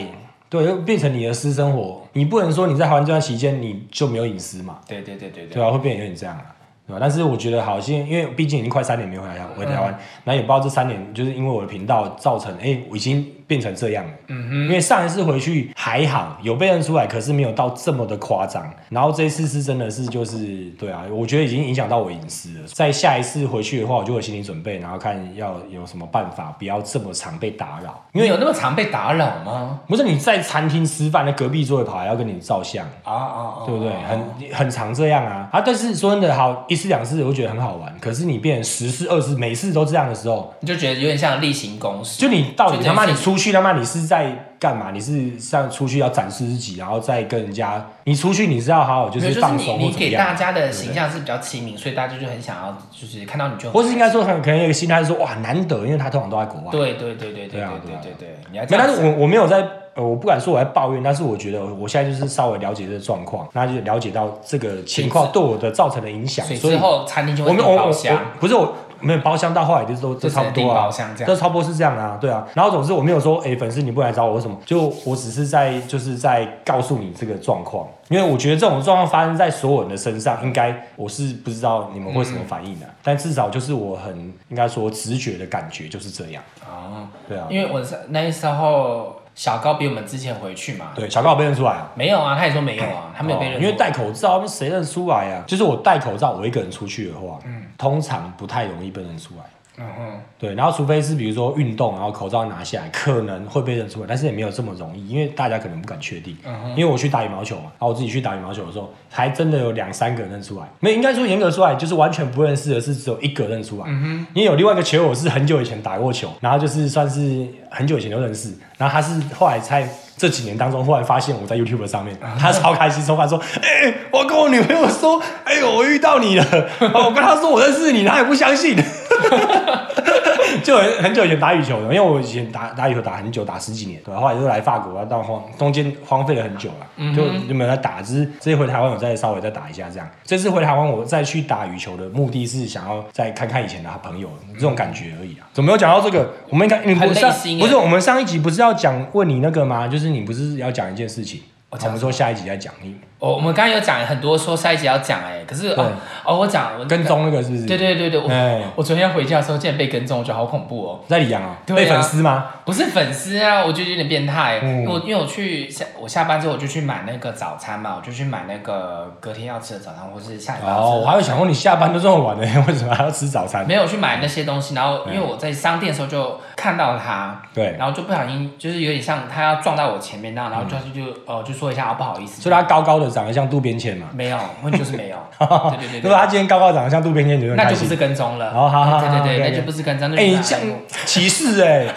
[SPEAKER 3] 对，又变成你的私生活，你不能说你在台湾这段期间你就没有隐私嘛，
[SPEAKER 4] 对对对对对。
[SPEAKER 3] 对啊，会变得有点这样啊。对吧？但是我觉得好像，因为毕竟已经快三年没回来台回台湾，那、也不知道这三年就是因为我的频道造成，哎、我已经变成这样了。嗯哼。因为上一次回去还好，有被认出来，可是没有到这么的夸张。然后这一次是真的是就是，对啊，我觉得已经影响到我隐私了。在下一次回去的话，我就有心理准备，然后看要有什么办法，不要这么常被打扰。
[SPEAKER 4] 因为有那么常被打扰吗？
[SPEAKER 3] 不是你在餐厅吃饭，那隔壁座位跑来要跟你照相，
[SPEAKER 4] 啊啊啊！
[SPEAKER 3] 对不对？很很常这样啊啊！但是说真的，好一次两次我觉得很好玩，可是你变成十次二次，每次都这样的时候，
[SPEAKER 4] 你就觉得有点像例行公事。
[SPEAKER 3] 就你到底
[SPEAKER 4] 就
[SPEAKER 3] 他妈
[SPEAKER 4] 类
[SPEAKER 3] 你
[SPEAKER 4] 似
[SPEAKER 3] 出去他妈你是在干嘛？你是像出去要展示自己，然后再跟人家你出去你是要好好就
[SPEAKER 4] 没有
[SPEAKER 3] 是
[SPEAKER 4] 就是
[SPEAKER 3] 放
[SPEAKER 4] 你
[SPEAKER 3] 松
[SPEAKER 4] 你
[SPEAKER 3] 或怎么
[SPEAKER 4] 给大
[SPEAKER 3] 样。
[SPEAKER 4] 家的形象是比较亲民，所以大家就很想要，就是看到你就很
[SPEAKER 3] 或是应该说，可能可能有一个心态是说，哇，难得，因为他通常都在国外。
[SPEAKER 4] 对对对对对
[SPEAKER 3] 对啊
[SPEAKER 4] 对
[SPEAKER 3] 对啊
[SPEAKER 4] 对对，你要这
[SPEAKER 3] 没有，
[SPEAKER 4] 样
[SPEAKER 3] 但是
[SPEAKER 4] 子。
[SPEAKER 3] 我我没有在，呃，我不敢说我在抱怨，但是我觉得我现在就是稍微了解这个状况，那就了解到这个情况对我的造成的影响，
[SPEAKER 4] 所以
[SPEAKER 3] 所以
[SPEAKER 4] 之后餐厅就
[SPEAKER 3] 我
[SPEAKER 4] 会
[SPEAKER 3] 们
[SPEAKER 4] 订
[SPEAKER 3] 我
[SPEAKER 4] 包
[SPEAKER 3] 我
[SPEAKER 4] 厢，
[SPEAKER 3] 我不是我没有包厢，到后来就是都
[SPEAKER 4] 就
[SPEAKER 3] 都
[SPEAKER 4] 是
[SPEAKER 3] 差不
[SPEAKER 4] 订
[SPEAKER 3] 多
[SPEAKER 4] 包
[SPEAKER 3] 啊，
[SPEAKER 4] 厢这
[SPEAKER 3] 都
[SPEAKER 4] 样。
[SPEAKER 3] 差不多是这样啊，对啊。然后总之我没有说，哎、粉丝你不来找我为什么？就我只是在就是在告诉你这个状况，因为我觉得这种状况发生在所有人的身上，应该我是不知道你们会什
[SPEAKER 4] 嗯
[SPEAKER 3] 么反应的、但至少就是我很应该说直觉的感觉就是这样，
[SPEAKER 4] 哦，
[SPEAKER 3] 对啊，
[SPEAKER 4] 因为我是那时候小高比我们之前回去嘛，
[SPEAKER 3] 对，小高有被认出来啊。
[SPEAKER 4] 没有啊，他也说没有啊，他没有被认
[SPEAKER 3] 哦
[SPEAKER 4] 出，
[SPEAKER 3] 因为戴口罩，那谁认出来啊？就是我戴口罩，我一个人出去的话，通常不太容易被认出来。
[SPEAKER 4] 嗯哼，
[SPEAKER 3] 对，然后除非是比如说运动，然后口罩拿下来，可能会被认出来，但是也没有这么容易，因为大家可能不敢确定。因为我去打羽毛球嘛，然后我自己去打羽毛球的时候，还真的有两三个人认出来，没有应该说严格说来，就是完全不认识的是只有一个认出来。因为有另外一个球友是很久以前打过球，然后就是算是很久以前就认识，然后他是后来才。这几年当中，忽然发现我在 YouTube 上面，他超开心，超烦说：“哎、我跟我女朋友说，哎呦，我遇到你了。”然后我跟她说我认识你，她也不相信。 就很很久以前打羽球的，因为我以前打打羽球打很久，打十几年，对吧？后来就来法国，然后到荒中间荒废了很久了，
[SPEAKER 4] 嗯
[SPEAKER 3] 就就没有在打。只是这一回台湾，我再稍微再打一下这样。这次回台湾，我再去打羽球的目的是想要再看看以前的朋友这种感觉而已啊。怎么没有讲到这个？我们应该你
[SPEAKER 4] 很
[SPEAKER 3] 不
[SPEAKER 4] 内
[SPEAKER 3] 上
[SPEAKER 4] 心欸
[SPEAKER 3] 不是我们上一集不是要讲问你那个吗？就是你不是要讲一件事情？我
[SPEAKER 4] 我哦讲
[SPEAKER 3] 们说下一集再讲你
[SPEAKER 4] 哦，我们刚刚有讲很多，说下一集要讲哎、可是哦哦，我讲我那个
[SPEAKER 3] 跟，踪那个是不是？
[SPEAKER 4] 对对对对，我、
[SPEAKER 3] 哎
[SPEAKER 4] 我昨天回家的时候竟然被跟踪，我觉得好恐怖哦。
[SPEAKER 3] 在里昂啊，
[SPEAKER 4] 对啊
[SPEAKER 3] 被粉丝吗？
[SPEAKER 4] 不是粉丝啊，我觉得有点变态。
[SPEAKER 3] 嗯
[SPEAKER 4] 因为我因为我去下我下班之后我就去买那个早餐嘛，我就去买那个隔天要吃的早餐，或是下礼拜要吃的
[SPEAKER 3] 哦，我还有想问你下班都这么晚了， 为什么还要吃早餐？
[SPEAKER 4] 没有去买那些东西，然后因为我在商店的时候就看到他，
[SPEAKER 3] 对嗯
[SPEAKER 4] 然后就不小心就是有点像他要撞到我前面那样，然后就是就、呃就说一下啊不好意思，
[SPEAKER 3] 所以他高高的长得像渡边谦嘛。
[SPEAKER 4] 没有，问题就 是没有，对对对
[SPEAKER 3] 如果他
[SPEAKER 4] 对，
[SPEAKER 3] 今天高高长得像渡边谦，你就很
[SPEAKER 4] 那
[SPEAKER 3] 开
[SPEAKER 4] 就不是
[SPEAKER 3] 心。哦
[SPEAKER 4] 跟踪了，
[SPEAKER 3] 好好好好
[SPEAKER 4] 对对
[SPEAKER 3] 好
[SPEAKER 4] 对，
[SPEAKER 3] ，OK，OK
[SPEAKER 4] 那就不是跟踪，那就
[SPEAKER 3] 哎，
[SPEAKER 4] 是
[SPEAKER 3] 你像歧视哎，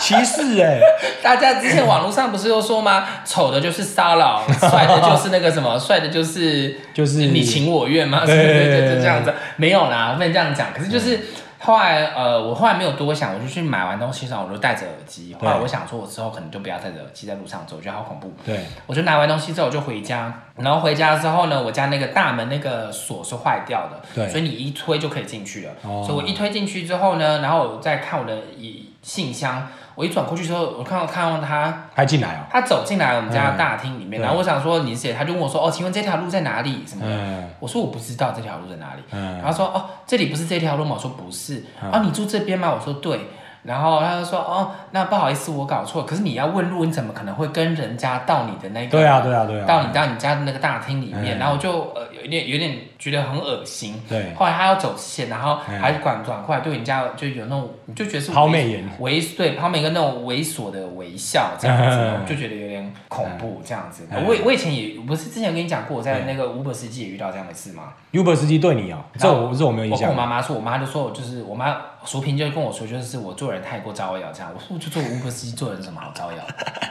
[SPEAKER 3] 歧视哎，
[SPEAKER 4] 大家之前网络上不是都说吗？丑的就是骚 扰，帅的就是那个什么，帅的就是
[SPEAKER 3] 就是
[SPEAKER 4] 你情我愿嘛，
[SPEAKER 3] 对
[SPEAKER 4] 对对
[SPEAKER 3] 对对
[SPEAKER 4] 对，
[SPEAKER 3] 对 嗯
[SPEAKER 4] 就这样子。没有啦，不能这样讲。可是就是后来呃，我后来没有多想，我就去买完东西之后，我就戴着耳机。后来我想说，我之后可能就不要戴着耳机在路上走，我觉得好恐怖。
[SPEAKER 3] 对，
[SPEAKER 4] 我就拿完东西之后我就回家，然后回家之后呢，我家那个大门那个锁是坏掉的，
[SPEAKER 3] 对
[SPEAKER 4] 所以你一推就可以进去了。
[SPEAKER 3] 哦
[SPEAKER 4] 所以我一推进去之后呢，然后我再看我的一信箱，我一转过去之后，我看到看到他
[SPEAKER 3] 还进来哦，
[SPEAKER 4] 他走进来我们家的大厅里面，
[SPEAKER 3] 嗯
[SPEAKER 4] 然后我想说你是谁？他就问我说哦，请问这条路在哪里？什么的？
[SPEAKER 3] 嗯
[SPEAKER 4] 我说我不知道这条路在哪里。然
[SPEAKER 3] 嗯，
[SPEAKER 4] 后他说哦，这里不是这条路吗？我说不是。哦，你住这边吗？我说对。然后他就说哦，那不好意思，我搞错了。可是你要问路，你怎么可能会跟人家到你的那个？
[SPEAKER 3] 对啊对啊对啊，
[SPEAKER 4] 到你到你家的那个大厅里面，
[SPEAKER 3] 嗯
[SPEAKER 4] 然后我就呃有一点有点觉得很恶心。
[SPEAKER 3] 对
[SPEAKER 4] 后来他要走线，然后
[SPEAKER 3] 嗯
[SPEAKER 4] 还管转过来对人家就有那种，你就觉得是
[SPEAKER 3] 抛
[SPEAKER 4] 猥
[SPEAKER 3] 媚眼
[SPEAKER 4] 猥对抛媚跟那种猥琐的微笑这样子，
[SPEAKER 3] 嗯
[SPEAKER 4] 我就觉得有点恐怖这样子。
[SPEAKER 3] 嗯
[SPEAKER 4] 我我以前也不是之前有跟你讲过，我在那个 Uber 司机也遇到这样的事吗？
[SPEAKER 3] Uber 司机对你哦，这
[SPEAKER 4] 然
[SPEAKER 3] 我
[SPEAKER 4] 后
[SPEAKER 3] 这我没有印
[SPEAKER 4] 我跟
[SPEAKER 3] 象
[SPEAKER 4] 我。妈妈说，我妈就说我就是我妈淑萍就跟我说，就是我做人太过招摇这样。我说我就做 Uber 司机做人有什么好招摇的？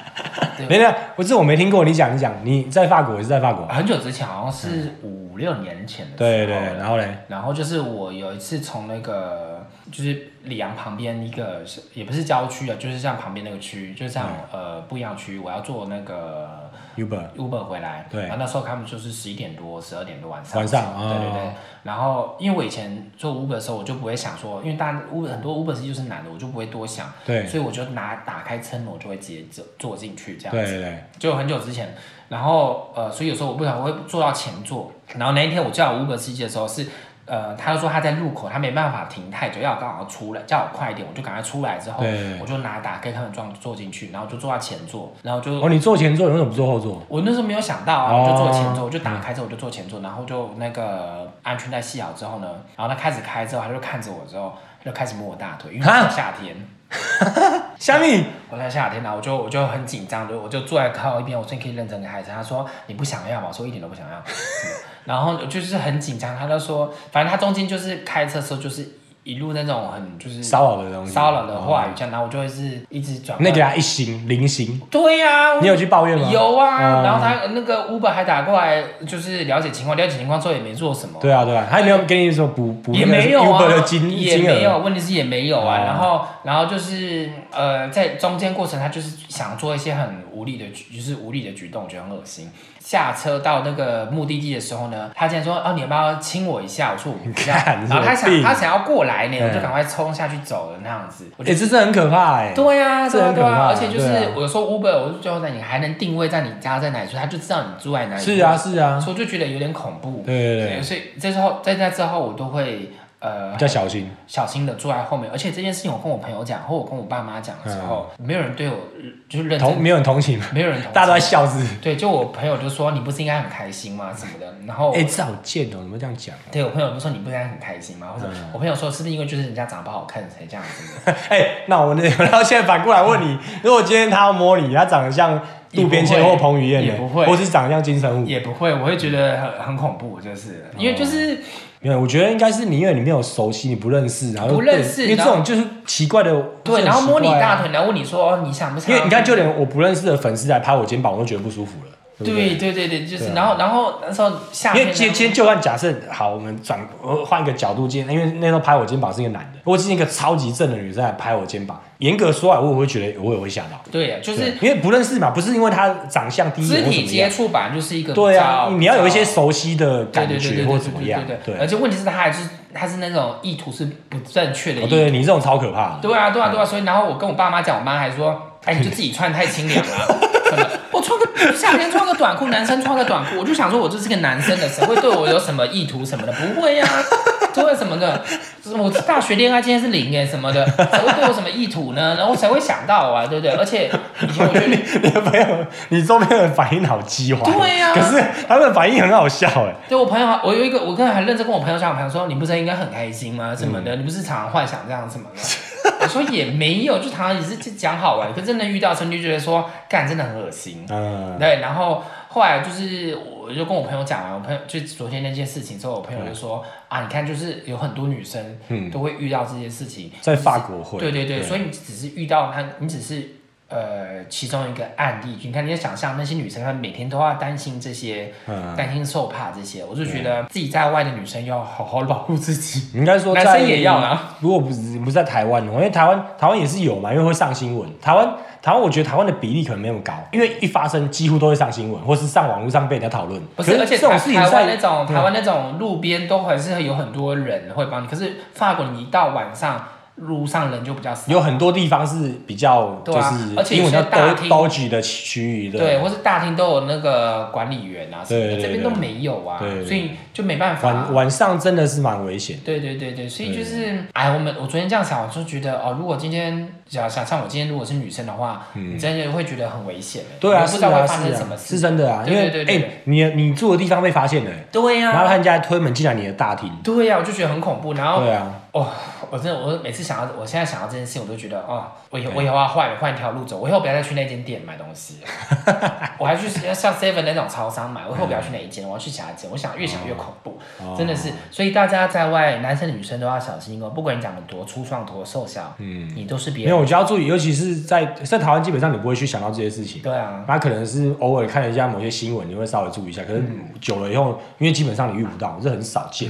[SPEAKER 3] 没有，我这我没听过。你讲，你讲，你在法国也是在法国？
[SPEAKER 4] 很久之前，好像是五六年前的时候
[SPEAKER 3] 嗯对
[SPEAKER 4] 了。
[SPEAKER 3] 对，然后嘞，
[SPEAKER 4] 然后就是我有一次从那个就是里昂旁边一个也不是郊区啊，就是像旁边那个区，就是像、呃不一样区，我要坐那个
[SPEAKER 3] Uber，
[SPEAKER 4] Uber 回来。
[SPEAKER 3] 对
[SPEAKER 4] 然后那时候他们就是十一点多、十二点多晚上。
[SPEAKER 3] 晚上
[SPEAKER 4] 对对
[SPEAKER 3] 哦
[SPEAKER 4] 对。然后因为我以前做 Uber 的时候，我就不会想说，因为大家 Uber 很多 Uber 司机就是男的，我就不会多想。
[SPEAKER 3] 对
[SPEAKER 4] 所以我就拿打开车门，我就会直接坐坐进去这样子。
[SPEAKER 3] 对对对，
[SPEAKER 4] 就很久之前，然后呃，所以有时候我不小心会坐到前座，然后那一天我叫我 Uber 司机的时候是，呃，他就说他在路口，他没办法停太久，要我刚好出来，叫我快一点，我就赶快出来之后
[SPEAKER 3] 对，
[SPEAKER 4] 我就拿打开他们撞坐进去，然后就坐到前座，然后就。
[SPEAKER 3] 哦，你坐前座，你为什么不坐后座？
[SPEAKER 4] 我那时候没有想到啊，
[SPEAKER 3] 哦
[SPEAKER 4] 我就坐前座，我就打开之后我就坐前座，然后就那个安全带系好之后呢，然后他开始开之后，他就看着我之后，他就开始摸我大腿，因为
[SPEAKER 3] 哈
[SPEAKER 4] 是夏天，
[SPEAKER 3] 虾米，
[SPEAKER 4] 我在夏天呢，我就我就很紧张，就我就坐在靠一边，我说你可以认真给孩子。他说你不想要吧，我说一点都不想要。然后我就是很紧张，他就说，反正他中间就是开车的时候就是一路那种很就是
[SPEAKER 3] 骚扰的东西哦
[SPEAKER 4] 骚扰的话语这样，然后我就会是一直转过
[SPEAKER 3] 那
[SPEAKER 4] 来。
[SPEAKER 3] 给他一星零星，
[SPEAKER 4] 对呀、我
[SPEAKER 3] 你有去抱怨吗？
[SPEAKER 4] 有啊，
[SPEAKER 3] 嗯
[SPEAKER 4] 然后他那个 Uber 还打过来，就是了解情况，了解情况之后也没做什么。
[SPEAKER 3] 对啊对啊，他有没有给你说补补那
[SPEAKER 4] 也
[SPEAKER 3] 个
[SPEAKER 4] 没有啊
[SPEAKER 3] Uber 的金
[SPEAKER 4] 也
[SPEAKER 3] 金
[SPEAKER 4] 没有，
[SPEAKER 3] 额？
[SPEAKER 4] 问题是也没有啊。
[SPEAKER 3] 哦
[SPEAKER 4] 然后，然后就是呃，在中间过程，他就是想做一些很无力的举，就是无力的举动，我觉得很恶心。下车到那个目的地的时候呢，他竟然说：“哦，你要不要亲我一下？”我说：“我不要。”
[SPEAKER 3] 看
[SPEAKER 4] 然后他
[SPEAKER 3] 有病
[SPEAKER 4] 想他想要过来呢，
[SPEAKER 3] 嗯
[SPEAKER 4] 我就赶快冲下去走了那样子。我就
[SPEAKER 3] 哎，这是很可怕哎。
[SPEAKER 4] 对呀、
[SPEAKER 3] 这
[SPEAKER 4] 对啊，
[SPEAKER 3] 很可
[SPEAKER 4] 对啊，
[SPEAKER 3] 怕
[SPEAKER 4] 而且就是
[SPEAKER 3] 对啊
[SPEAKER 4] 我有时候 Uber，我就最后在你还能定位在你家在哪里，所以他就知道你住在哪里。
[SPEAKER 3] 是啊是啊，
[SPEAKER 4] 所以我就觉得有点恐怖。
[SPEAKER 3] 对对对
[SPEAKER 4] 所以这之后，在那之后，我都会呃
[SPEAKER 3] 比较小心。
[SPEAKER 4] 小心的坐在后面，而且这件事情我跟我朋友讲，或我跟我爸妈讲的时候，没有人对我就是认
[SPEAKER 3] 嗯同
[SPEAKER 4] 真，哦
[SPEAKER 3] 没有人同情吗，
[SPEAKER 4] 没有人同情
[SPEAKER 3] 大家都在笑是不是。
[SPEAKER 4] 对，就我朋友就说你不是应该很开心吗？什么的，然后。
[SPEAKER 3] 哎，这好贱哦，怎么这样讲？
[SPEAKER 4] 对我朋友就说你不应该很开心吗？或者
[SPEAKER 3] 嗯
[SPEAKER 4] 我朋友说是不是因为就是人家长得不好看才这样子的？
[SPEAKER 3] 哎，那我那 然后现在反过来问你，如果今天他要摸你，他长得像渡边谦
[SPEAKER 4] 也不
[SPEAKER 3] 或
[SPEAKER 4] 会
[SPEAKER 3] 彭于晏
[SPEAKER 4] 也
[SPEAKER 3] 的，
[SPEAKER 4] 不会
[SPEAKER 3] 或是长得像金城武，
[SPEAKER 4] 也不会，我会觉得很很恐怖，就是
[SPEAKER 3] 嗯
[SPEAKER 4] 因为就是
[SPEAKER 3] 没有，我觉得应该是你，因为你没有熟悉，你不认识，然后
[SPEAKER 4] 不认识
[SPEAKER 3] 对因为这
[SPEAKER 4] 然后
[SPEAKER 3] 种就是奇怪的，就是
[SPEAKER 4] 对，
[SPEAKER 3] 很
[SPEAKER 4] 然后摸你
[SPEAKER 3] 奇怪啊
[SPEAKER 4] 大，腿，然后问你说哦你想不想
[SPEAKER 3] 因
[SPEAKER 4] 要？
[SPEAKER 3] 为你看，就连我不认识的粉丝来拍我肩膀，我都觉得不舒服了，对不
[SPEAKER 4] 对
[SPEAKER 3] 对？
[SPEAKER 4] 对对对，就
[SPEAKER 3] 对
[SPEAKER 4] 是
[SPEAKER 3] 啊
[SPEAKER 4] 然后然后那时候夏
[SPEAKER 3] 因
[SPEAKER 4] 天
[SPEAKER 3] 为
[SPEAKER 4] 呢，
[SPEAKER 3] 今今天就算假设好，我们转呃换一个角度，今天因为那时候拍我肩膀是一个男的，如果今天一个超级正的女生来拍我肩膀，严格说来，啊我也会觉得我也会吓到，
[SPEAKER 4] 对，就
[SPEAKER 3] 对
[SPEAKER 4] 是
[SPEAKER 3] 因为不认识嘛，不是因为他长相第一
[SPEAKER 4] 肢
[SPEAKER 3] 眼或怎
[SPEAKER 4] 体
[SPEAKER 3] 么
[SPEAKER 4] 接
[SPEAKER 3] 样，
[SPEAKER 4] 触本来就是一个比
[SPEAKER 3] 对啊
[SPEAKER 4] 较，
[SPEAKER 3] 你要有一
[SPEAKER 4] 比
[SPEAKER 3] 些
[SPEAKER 4] 较
[SPEAKER 3] 熟悉的
[SPEAKER 4] 对
[SPEAKER 3] 感
[SPEAKER 4] 对对
[SPEAKER 3] 觉
[SPEAKER 4] 对
[SPEAKER 3] 或
[SPEAKER 4] 对
[SPEAKER 3] 怎么
[SPEAKER 4] 对
[SPEAKER 3] 样
[SPEAKER 4] 对，对
[SPEAKER 3] 对，
[SPEAKER 4] 而且问题是他还是他是那种意图是不正确的意
[SPEAKER 3] 哦
[SPEAKER 4] 图。
[SPEAKER 3] 对你这种超可怕的，
[SPEAKER 4] 对啊对啊对啊！所以然后我跟我爸妈讲，我妈还说：“哎，你就自己穿太清凉了。”什么？我穿个 夏天穿个短裤，男生穿个短裤，我就想说，我就是个男生的，谁会对我有什么意图什么的？不会呀、啊，就会什么的。我大学恋爱经验是零哎，什么的，谁会对我什么意图呢？然后谁会想到啊，对不对？而且以前我觉 得，
[SPEAKER 3] 你的朋友，你周边的反应好激化，
[SPEAKER 4] 对啊呀
[SPEAKER 3] 可是他们的反应很好笑哎，
[SPEAKER 4] 对我朋友，我有一个，我刚才还认真跟我朋友讲，我朋友说你不是应该很开心
[SPEAKER 3] 嗯
[SPEAKER 4] 吗？什么的，你不是常常幻想这样什么的？ 我说也没有，就常常也是讲好玩，可真的遇到真就觉得说，干真的很恶心。
[SPEAKER 3] 嗯，
[SPEAKER 4] 对，然后后来就是我就跟我朋友讲完，我朋友就昨天那件事情之后，我朋友就说、啊，你看就是有很多女生
[SPEAKER 3] 嗯
[SPEAKER 4] 都会遇到这些事情，
[SPEAKER 3] 在法国会，
[SPEAKER 4] 对对对，所以你只是遇到她，你只是呃其中一个案例，你看你就想象那些女生，她每天都要担心这些，
[SPEAKER 3] 嗯
[SPEAKER 4] 担心受怕这些，我就觉得自己在外的女生要好好保护 自己，
[SPEAKER 3] 应该说
[SPEAKER 4] 男
[SPEAKER 3] 在
[SPEAKER 4] 生也要啊。
[SPEAKER 3] 如果不是不是在台湾的话，因为台湾台湾也是有嘛，因为会上新闻。台湾台湾我觉得台湾的比例可能没那么高，因为一发生几乎都会上新闻，或是上网络上被人家讨论。
[SPEAKER 4] 不
[SPEAKER 3] 可
[SPEAKER 4] 是，而且
[SPEAKER 3] 这种
[SPEAKER 4] 台
[SPEAKER 3] 事情
[SPEAKER 4] 台湾
[SPEAKER 3] 在嗯
[SPEAKER 4] 那种台湾那种路边都还是有很多人会帮你，可是法国你一到晚上路上人就比较少，
[SPEAKER 3] 有很多地方是比较就
[SPEAKER 4] 对啊
[SPEAKER 3] 是
[SPEAKER 4] 而且
[SPEAKER 3] 英
[SPEAKER 4] 有
[SPEAKER 3] 文
[SPEAKER 4] 些
[SPEAKER 3] 叫
[SPEAKER 4] 大
[SPEAKER 3] d
[SPEAKER 4] 厅
[SPEAKER 3] o g 的区域的，
[SPEAKER 4] 对，或是大厅都有那个管理员啊什么
[SPEAKER 3] 对
[SPEAKER 4] 的，
[SPEAKER 3] 对
[SPEAKER 4] 这边都没有啊
[SPEAKER 3] 对对，对
[SPEAKER 4] 所以就没办法啊
[SPEAKER 3] 晚。晚上真的是蛮危险。
[SPEAKER 4] 对对对对，所以就是，哎，我们我昨天这样想，我就觉得哦，如果今天想想像我今天如果是女生的话，你真的会觉得很危险欸，
[SPEAKER 3] 嗯对啊，
[SPEAKER 4] 你不
[SPEAKER 3] 是
[SPEAKER 4] 知道
[SPEAKER 3] 啊，
[SPEAKER 4] 会发生
[SPEAKER 3] 是
[SPEAKER 4] 什么
[SPEAKER 3] 啊，是
[SPEAKER 4] 事。
[SPEAKER 3] 真的啊，因
[SPEAKER 4] 对
[SPEAKER 3] 为
[SPEAKER 4] 对对对
[SPEAKER 3] 哎，你你住的地方被发现了，
[SPEAKER 4] 对啊呀、
[SPEAKER 3] 然后他人家推门进来你的大厅，
[SPEAKER 4] 对呀、我就觉得很恐怖。然后
[SPEAKER 3] 对啊，
[SPEAKER 4] 哦，我真的，我每次想到，我现在想到这件事情，我都觉得，哦，我以后我以后要换换一条路走，我以后不要再去那间店买东西了， 我还去像 Seven 那种超商买，我以
[SPEAKER 3] 嗯
[SPEAKER 4] 后不要去那一间，我要去其他间。我想越
[SPEAKER 3] 哦
[SPEAKER 4] 想越恐怖，真的是。所以大家在外，男生女生都要小心哦，不管你长得多粗壮、多瘦小，嗯，你都是别
[SPEAKER 3] 没有，
[SPEAKER 4] 人。
[SPEAKER 3] 我就要注意，尤其是在在台湾，基本上你不会去想到这些事情。
[SPEAKER 4] 对啊，
[SPEAKER 3] 那可能是偶尔看一下某些新闻，你会稍微注意一下。可是
[SPEAKER 4] 嗯
[SPEAKER 3] 久了以后，因为基本上你遇不到，这很少见。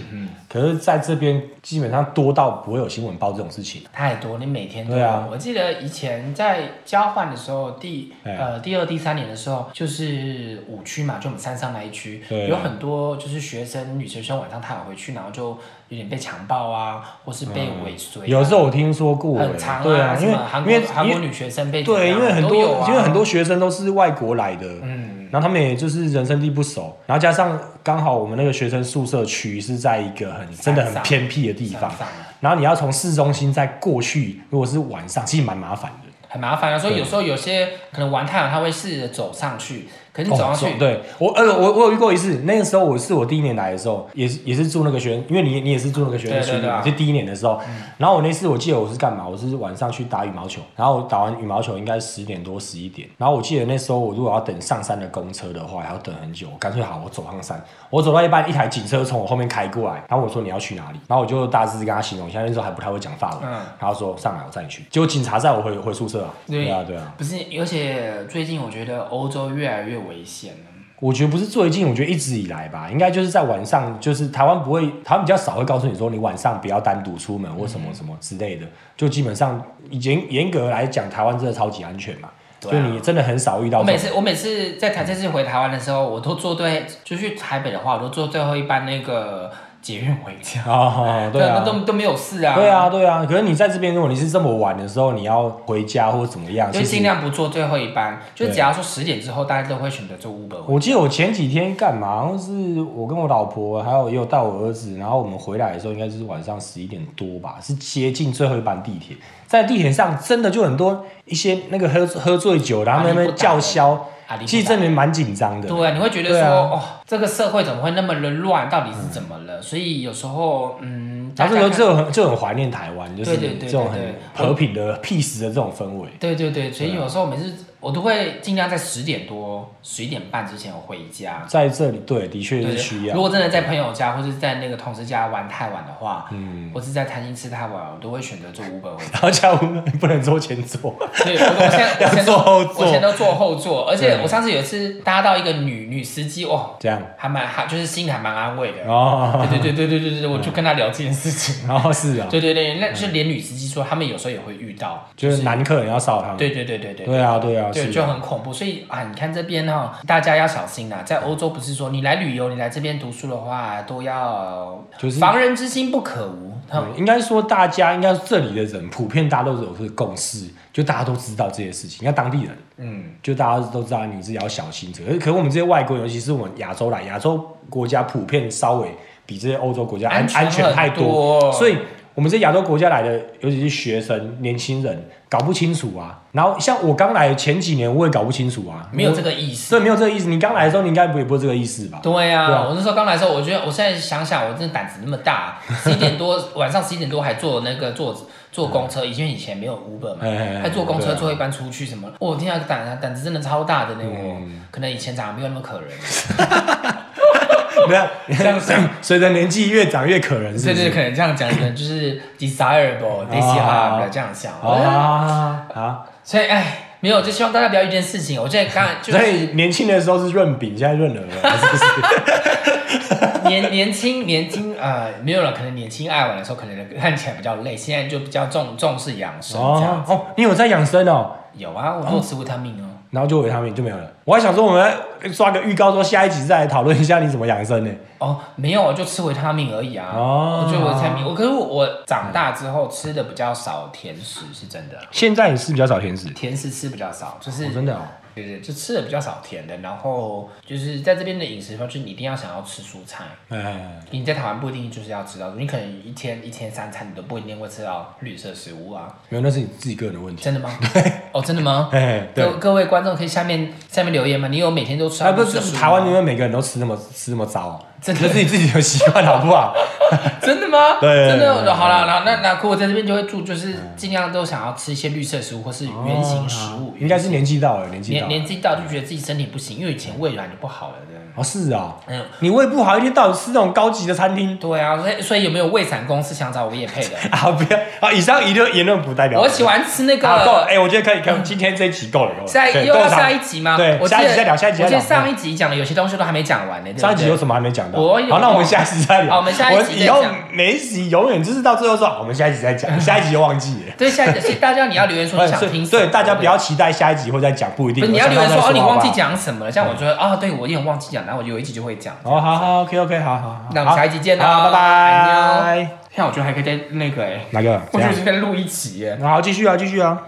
[SPEAKER 3] 可是在这边基本上多到不会有新闻报这种事情。
[SPEAKER 4] 太多，你每天都
[SPEAKER 3] 对啊
[SPEAKER 4] 我记得以前在交换的时候，第
[SPEAKER 3] 哎
[SPEAKER 4] 呃第二、第三年的时候，就是五区嘛，就我们山上那一区，
[SPEAKER 3] 对
[SPEAKER 4] 有很多就是学生女学生晚上她有回去，然后就有点被强暴啊，或是被尾随、啊
[SPEAKER 3] 嗯有时候我听说过，
[SPEAKER 4] 很长
[SPEAKER 3] 对啊，因
[SPEAKER 4] 什
[SPEAKER 3] 为
[SPEAKER 4] 么韩
[SPEAKER 3] 因为
[SPEAKER 4] 国韩
[SPEAKER 3] 因
[SPEAKER 4] 国
[SPEAKER 3] 为
[SPEAKER 4] 女学生被怎
[SPEAKER 3] 对，
[SPEAKER 4] 样
[SPEAKER 3] 因为很
[SPEAKER 4] 都有
[SPEAKER 3] 多、
[SPEAKER 4] 啊，
[SPEAKER 3] 因为很多学生都是外国来的，
[SPEAKER 4] 嗯
[SPEAKER 3] 然后他们也就是人生地不熟，然后加上刚好我们那个学生宿舍区是在一个很真的很
[SPEAKER 4] 山上
[SPEAKER 3] 偏僻的地方
[SPEAKER 4] 山上，
[SPEAKER 3] 然后你要从市中心再过去，如果是晚上，其实蛮麻烦的。
[SPEAKER 4] 很麻烦啊，所以有时候有些可能玩太阳，他会试着走上去，可是你
[SPEAKER 3] 哦
[SPEAKER 4] 走上去，
[SPEAKER 3] 走对我呃我我有遇过一次，那个时候我是我第一年来的时候，也是也是住那个学院，因为你你也是住那个学院
[SPEAKER 4] 对
[SPEAKER 3] 区
[SPEAKER 4] 对对
[SPEAKER 3] 嘛，
[SPEAKER 4] 啊
[SPEAKER 3] 就第一年的时候，然后我那次我记得我是干嘛，我是晚上去打羽毛球，然后我打完羽毛球应该十点多十一点，然后我记得那时候我如果要等上山的公车的话，还要等很久，我干脆好我走上山，我走到一半，一台警车从我后面开过来，然后我说你要去哪里，然后我就大致跟他形容一下，那时候还不太会讲法文，
[SPEAKER 4] 嗯
[SPEAKER 3] 然后说上来我载你去，结果警察载我回回宿舍啊，
[SPEAKER 4] 对
[SPEAKER 3] 对啊对啊。
[SPEAKER 4] 不是，而且最近我觉得欧洲越来越危险了。
[SPEAKER 3] 我觉得不是最近，我觉得一直以来吧，应该就是在晚上，就是台湾不会，台湾比较少会告诉你说你晚上不要单独出门或什
[SPEAKER 4] 嗯
[SPEAKER 3] 么什么之类的，就基本上严严格来讲，台湾真的超级安全嘛，
[SPEAKER 4] 对啊
[SPEAKER 3] 就你真的很少遇到
[SPEAKER 4] 我
[SPEAKER 3] 这
[SPEAKER 4] 每
[SPEAKER 3] 种。
[SPEAKER 4] 次我每次在台这次回台湾的时候，我都坐对，就去台北的话，我都坐最后一班那个捷运回家。
[SPEAKER 3] 哦，对啊
[SPEAKER 4] 那，都都没有事啊。
[SPEAKER 3] 对啊，，对啊。可是你在这边，如果你是这么晚的时候，你要回家或怎么样，
[SPEAKER 4] 就
[SPEAKER 3] 其
[SPEAKER 4] 尽
[SPEAKER 3] 实
[SPEAKER 4] 量不坐最后一班。就
[SPEAKER 3] 对
[SPEAKER 4] 只要说十点之后，大家都会选择坐 Uber 回。
[SPEAKER 3] 我记得我前几天干嘛，好像是我跟我老婆，还有也有带我儿子，然后我们回来的时候，应该就是晚上十一点多吧，是接近最后一班地铁，在地铁上真的就很多一些那个喝喝醉酒，然后在那边叫嚣
[SPEAKER 4] 阿里不达人，
[SPEAKER 3] 其实真的蛮紧张的。
[SPEAKER 4] 对，你会觉得
[SPEAKER 3] 对
[SPEAKER 4] 说、
[SPEAKER 3] 啊
[SPEAKER 4] 哦，这个社会怎么会那么的乱？到底是怎么
[SPEAKER 3] 嗯
[SPEAKER 4] 了？所以有时候，嗯，
[SPEAKER 3] 然后这
[SPEAKER 4] 大
[SPEAKER 3] 时
[SPEAKER 4] 家
[SPEAKER 3] 候
[SPEAKER 4] 看
[SPEAKER 3] 就很就很怀念台湾，就是
[SPEAKER 4] 对对对
[SPEAKER 3] 这种
[SPEAKER 4] 对
[SPEAKER 3] 很
[SPEAKER 4] 对
[SPEAKER 3] 和平的、peace 的这种氛围。
[SPEAKER 4] 对对对，所以有时候每次我都会尽量在十点多、十一点半之前回家。
[SPEAKER 3] 在这里，对，的确
[SPEAKER 4] 对
[SPEAKER 3] 是需
[SPEAKER 4] 如
[SPEAKER 3] 要。
[SPEAKER 4] 果真的在朋友家或是在那个同事家玩太晚的话，嗯，或是在餐厅吃太晚，我都会选择坐 Uber 回家。
[SPEAKER 3] 然后下午 不能坐前座，
[SPEAKER 4] 所以我我现在我
[SPEAKER 3] 要
[SPEAKER 4] 现在
[SPEAKER 3] 坐后座
[SPEAKER 4] 我现在都坐后座，而且我上次有一次搭到一个女女司机，哇，
[SPEAKER 3] 这样
[SPEAKER 4] 还蛮还就是心里还蛮安慰的。
[SPEAKER 3] 哦。 嗯
[SPEAKER 4] 对对对对对对对，我就跟她聊这件事事情。
[SPEAKER 3] 然后是啊，
[SPEAKER 4] 对对对，那就连女司机说，他们有时候也会遇到，
[SPEAKER 3] 就是男客人要烧他们。
[SPEAKER 4] 对对对对对。
[SPEAKER 3] 对啊，对啊，
[SPEAKER 4] 对，
[SPEAKER 3] 是
[SPEAKER 4] 就
[SPEAKER 3] 啊
[SPEAKER 4] 很恐怖，所以啊，你看这边哈、大家要小心啦。啊在欧洲不是说你来旅游，你来这边读书的话，都要
[SPEAKER 3] 就是
[SPEAKER 4] 防人之心不可无。他
[SPEAKER 3] 对应该说大家应该这里的人普遍大家都有这个共识，就大家都知道这些事情，应该当地人。
[SPEAKER 4] 嗯，
[SPEAKER 3] 就大家都知道你自己要小心这个，可是我们这些外国人，尤其是我们亚洲来，亚洲国家普遍稍微比这些欧洲国家安
[SPEAKER 4] 安全
[SPEAKER 3] 安全太
[SPEAKER 4] 很多
[SPEAKER 3] 所以我们这亚洲国家来的，尤其是学生、年轻人，搞不清楚啊。然后像我刚来前几年，我也搞不清楚啊，
[SPEAKER 4] 没有这
[SPEAKER 3] 个，
[SPEAKER 4] 个意思。
[SPEAKER 3] 所以没有这个意思。你刚来的时候，你应该不也不会这个意思吧？
[SPEAKER 4] 对呀、
[SPEAKER 3] 对啊
[SPEAKER 4] 我那时候刚来的时候，我觉得我现在想想，我真的胆子那么 大，十一点多晚上十一点多还坐那个坐坐公车，以前以前没有 Uber 嘛，
[SPEAKER 3] 哎哎哎
[SPEAKER 4] 还坐公
[SPEAKER 3] 对
[SPEAKER 4] 车
[SPEAKER 3] 啊
[SPEAKER 4] 坐一班出去什么，我、天啊，胆胆子真的超大的呢，我
[SPEAKER 3] 嗯
[SPEAKER 4] 可能以前长得没有那么可 人，
[SPEAKER 3] 没有，
[SPEAKER 4] 这样想
[SPEAKER 3] 随着年纪越长越可人，是
[SPEAKER 4] 对
[SPEAKER 3] 不
[SPEAKER 4] 对，
[SPEAKER 3] 是？
[SPEAKER 4] 可能这样讲，可能就是 desirable、
[SPEAKER 3] 啊
[SPEAKER 4] desirable 这样想，
[SPEAKER 3] 哦啊啊！
[SPEAKER 4] 所以哎，没有，就希望大家不要遇见事情。我觉得刚就
[SPEAKER 3] 所
[SPEAKER 4] 是
[SPEAKER 3] 以年轻的时候是润饼，现在润耳了， 是不是？
[SPEAKER 4] 年年轻年轻呃，没有了，可能年轻爱玩的时候，可能看起来比较累，现在就比较重重视养生这样
[SPEAKER 3] 哦
[SPEAKER 4] 子。
[SPEAKER 3] 哦，你有在养生哦，
[SPEAKER 4] 有啊，我都有吃维他命哦。
[SPEAKER 3] 然后就维他命就没有了。我还想说，我们来刷个预告，说下一集再来讨论一下你怎么养生呢？
[SPEAKER 4] 哦，没有，我就吃维他命而已啊。
[SPEAKER 3] 哦
[SPEAKER 4] 我就维他命，我可是我我长大之后吃的比较少甜食，是真的。
[SPEAKER 3] 现在你是比较少甜食，
[SPEAKER 4] 甜食吃比较少，就是、
[SPEAKER 3] 哦真的哦。
[SPEAKER 4] 对对，就吃的比较少甜的，然后就是在这边的饮食方式，你一定要想要吃蔬菜。
[SPEAKER 3] 哎，
[SPEAKER 4] 你在台湾不一定就是要吃到，你可能一天一天三餐你都不一定会吃到绿色食物啊。
[SPEAKER 3] 没有，那是啊你自己个人的问题。
[SPEAKER 4] 真的吗？哦，真的吗？
[SPEAKER 3] 哎，对
[SPEAKER 4] 各，各位观众可以下面下面留言吗？你有每天都吃到
[SPEAKER 3] 哎，不
[SPEAKER 4] 绿色
[SPEAKER 3] 是
[SPEAKER 4] 蔬
[SPEAKER 3] 台湾，你
[SPEAKER 4] 吗
[SPEAKER 3] 们每个人都吃那么吃那么糟哦，
[SPEAKER 4] 真的
[SPEAKER 3] 这是你自己的习惯，好不好？
[SPEAKER 4] 真的吗？
[SPEAKER 3] 对
[SPEAKER 4] 真
[SPEAKER 3] 对
[SPEAKER 4] 的。
[SPEAKER 3] 对
[SPEAKER 4] 好了，那那那可我在这边就会注，就是尽量都想要吃一些绿色食物或是
[SPEAKER 3] 哦
[SPEAKER 4] 圆形食物。
[SPEAKER 3] 啊应该是年纪到了，年纪到
[SPEAKER 4] 年
[SPEAKER 3] 了。
[SPEAKER 4] 年纪大就觉得自己身体不行，因为以前胃软就不好了，真的。
[SPEAKER 3] 哦，是啊，
[SPEAKER 4] 嗯，
[SPEAKER 3] 你胃不好，一天到晚吃那种高级的餐厅
[SPEAKER 4] 对啊，所以所以有没有胃散公司想找我也配的？
[SPEAKER 3] 啊！不要啊！以上一论言论不代表
[SPEAKER 4] 我喜欢吃那
[SPEAKER 3] 啊，够了。
[SPEAKER 4] 个。
[SPEAKER 3] 哎，我觉得可以，可以，今天这一集够了，够了
[SPEAKER 4] 下
[SPEAKER 3] 哦对
[SPEAKER 4] 一又
[SPEAKER 3] 够
[SPEAKER 4] 要
[SPEAKER 3] 长
[SPEAKER 4] 下一集吗？
[SPEAKER 3] 对
[SPEAKER 4] 我记
[SPEAKER 3] 下一集
[SPEAKER 4] 得
[SPEAKER 3] 再聊下一集再
[SPEAKER 4] 我记得
[SPEAKER 3] 聊
[SPEAKER 4] 上一集讲的有些东西都还没讲完呢，对不对
[SPEAKER 3] 上一集有什么还没讲到？
[SPEAKER 4] 我有
[SPEAKER 3] 好，那我们下一集再聊。
[SPEAKER 4] 好我们下一集再讲
[SPEAKER 3] 我以后每一集永远就是到最后说，好我们下一集再讲，下一集就忘记 了。
[SPEAKER 4] 对，下一集所以大家你要留言说你想
[SPEAKER 3] 哎所以
[SPEAKER 4] 听什么
[SPEAKER 3] 对大家不要期待下一集会再讲，不一
[SPEAKER 4] 不
[SPEAKER 3] 定。
[SPEAKER 4] 是你要
[SPEAKER 3] 我
[SPEAKER 4] 留言
[SPEAKER 3] 想到
[SPEAKER 4] 说
[SPEAKER 3] 再
[SPEAKER 4] 哦，你忘记
[SPEAKER 3] 好
[SPEAKER 4] 讲什么了？像我觉得啊，对我有点忘记讲，然后我有一集就会讲。
[SPEAKER 3] 不好。哦，好好，OK OK，好好。好
[SPEAKER 4] 那我们下一集见哦
[SPEAKER 3] 好
[SPEAKER 4] 啦，
[SPEAKER 3] 拜拜。
[SPEAKER 4] 像我觉得还可以再那个哎，
[SPEAKER 3] 哪个？
[SPEAKER 4] 我
[SPEAKER 3] 怎
[SPEAKER 4] 觉
[SPEAKER 3] 样
[SPEAKER 4] 得再录一集耶。
[SPEAKER 3] 好，继续啊，继续啊。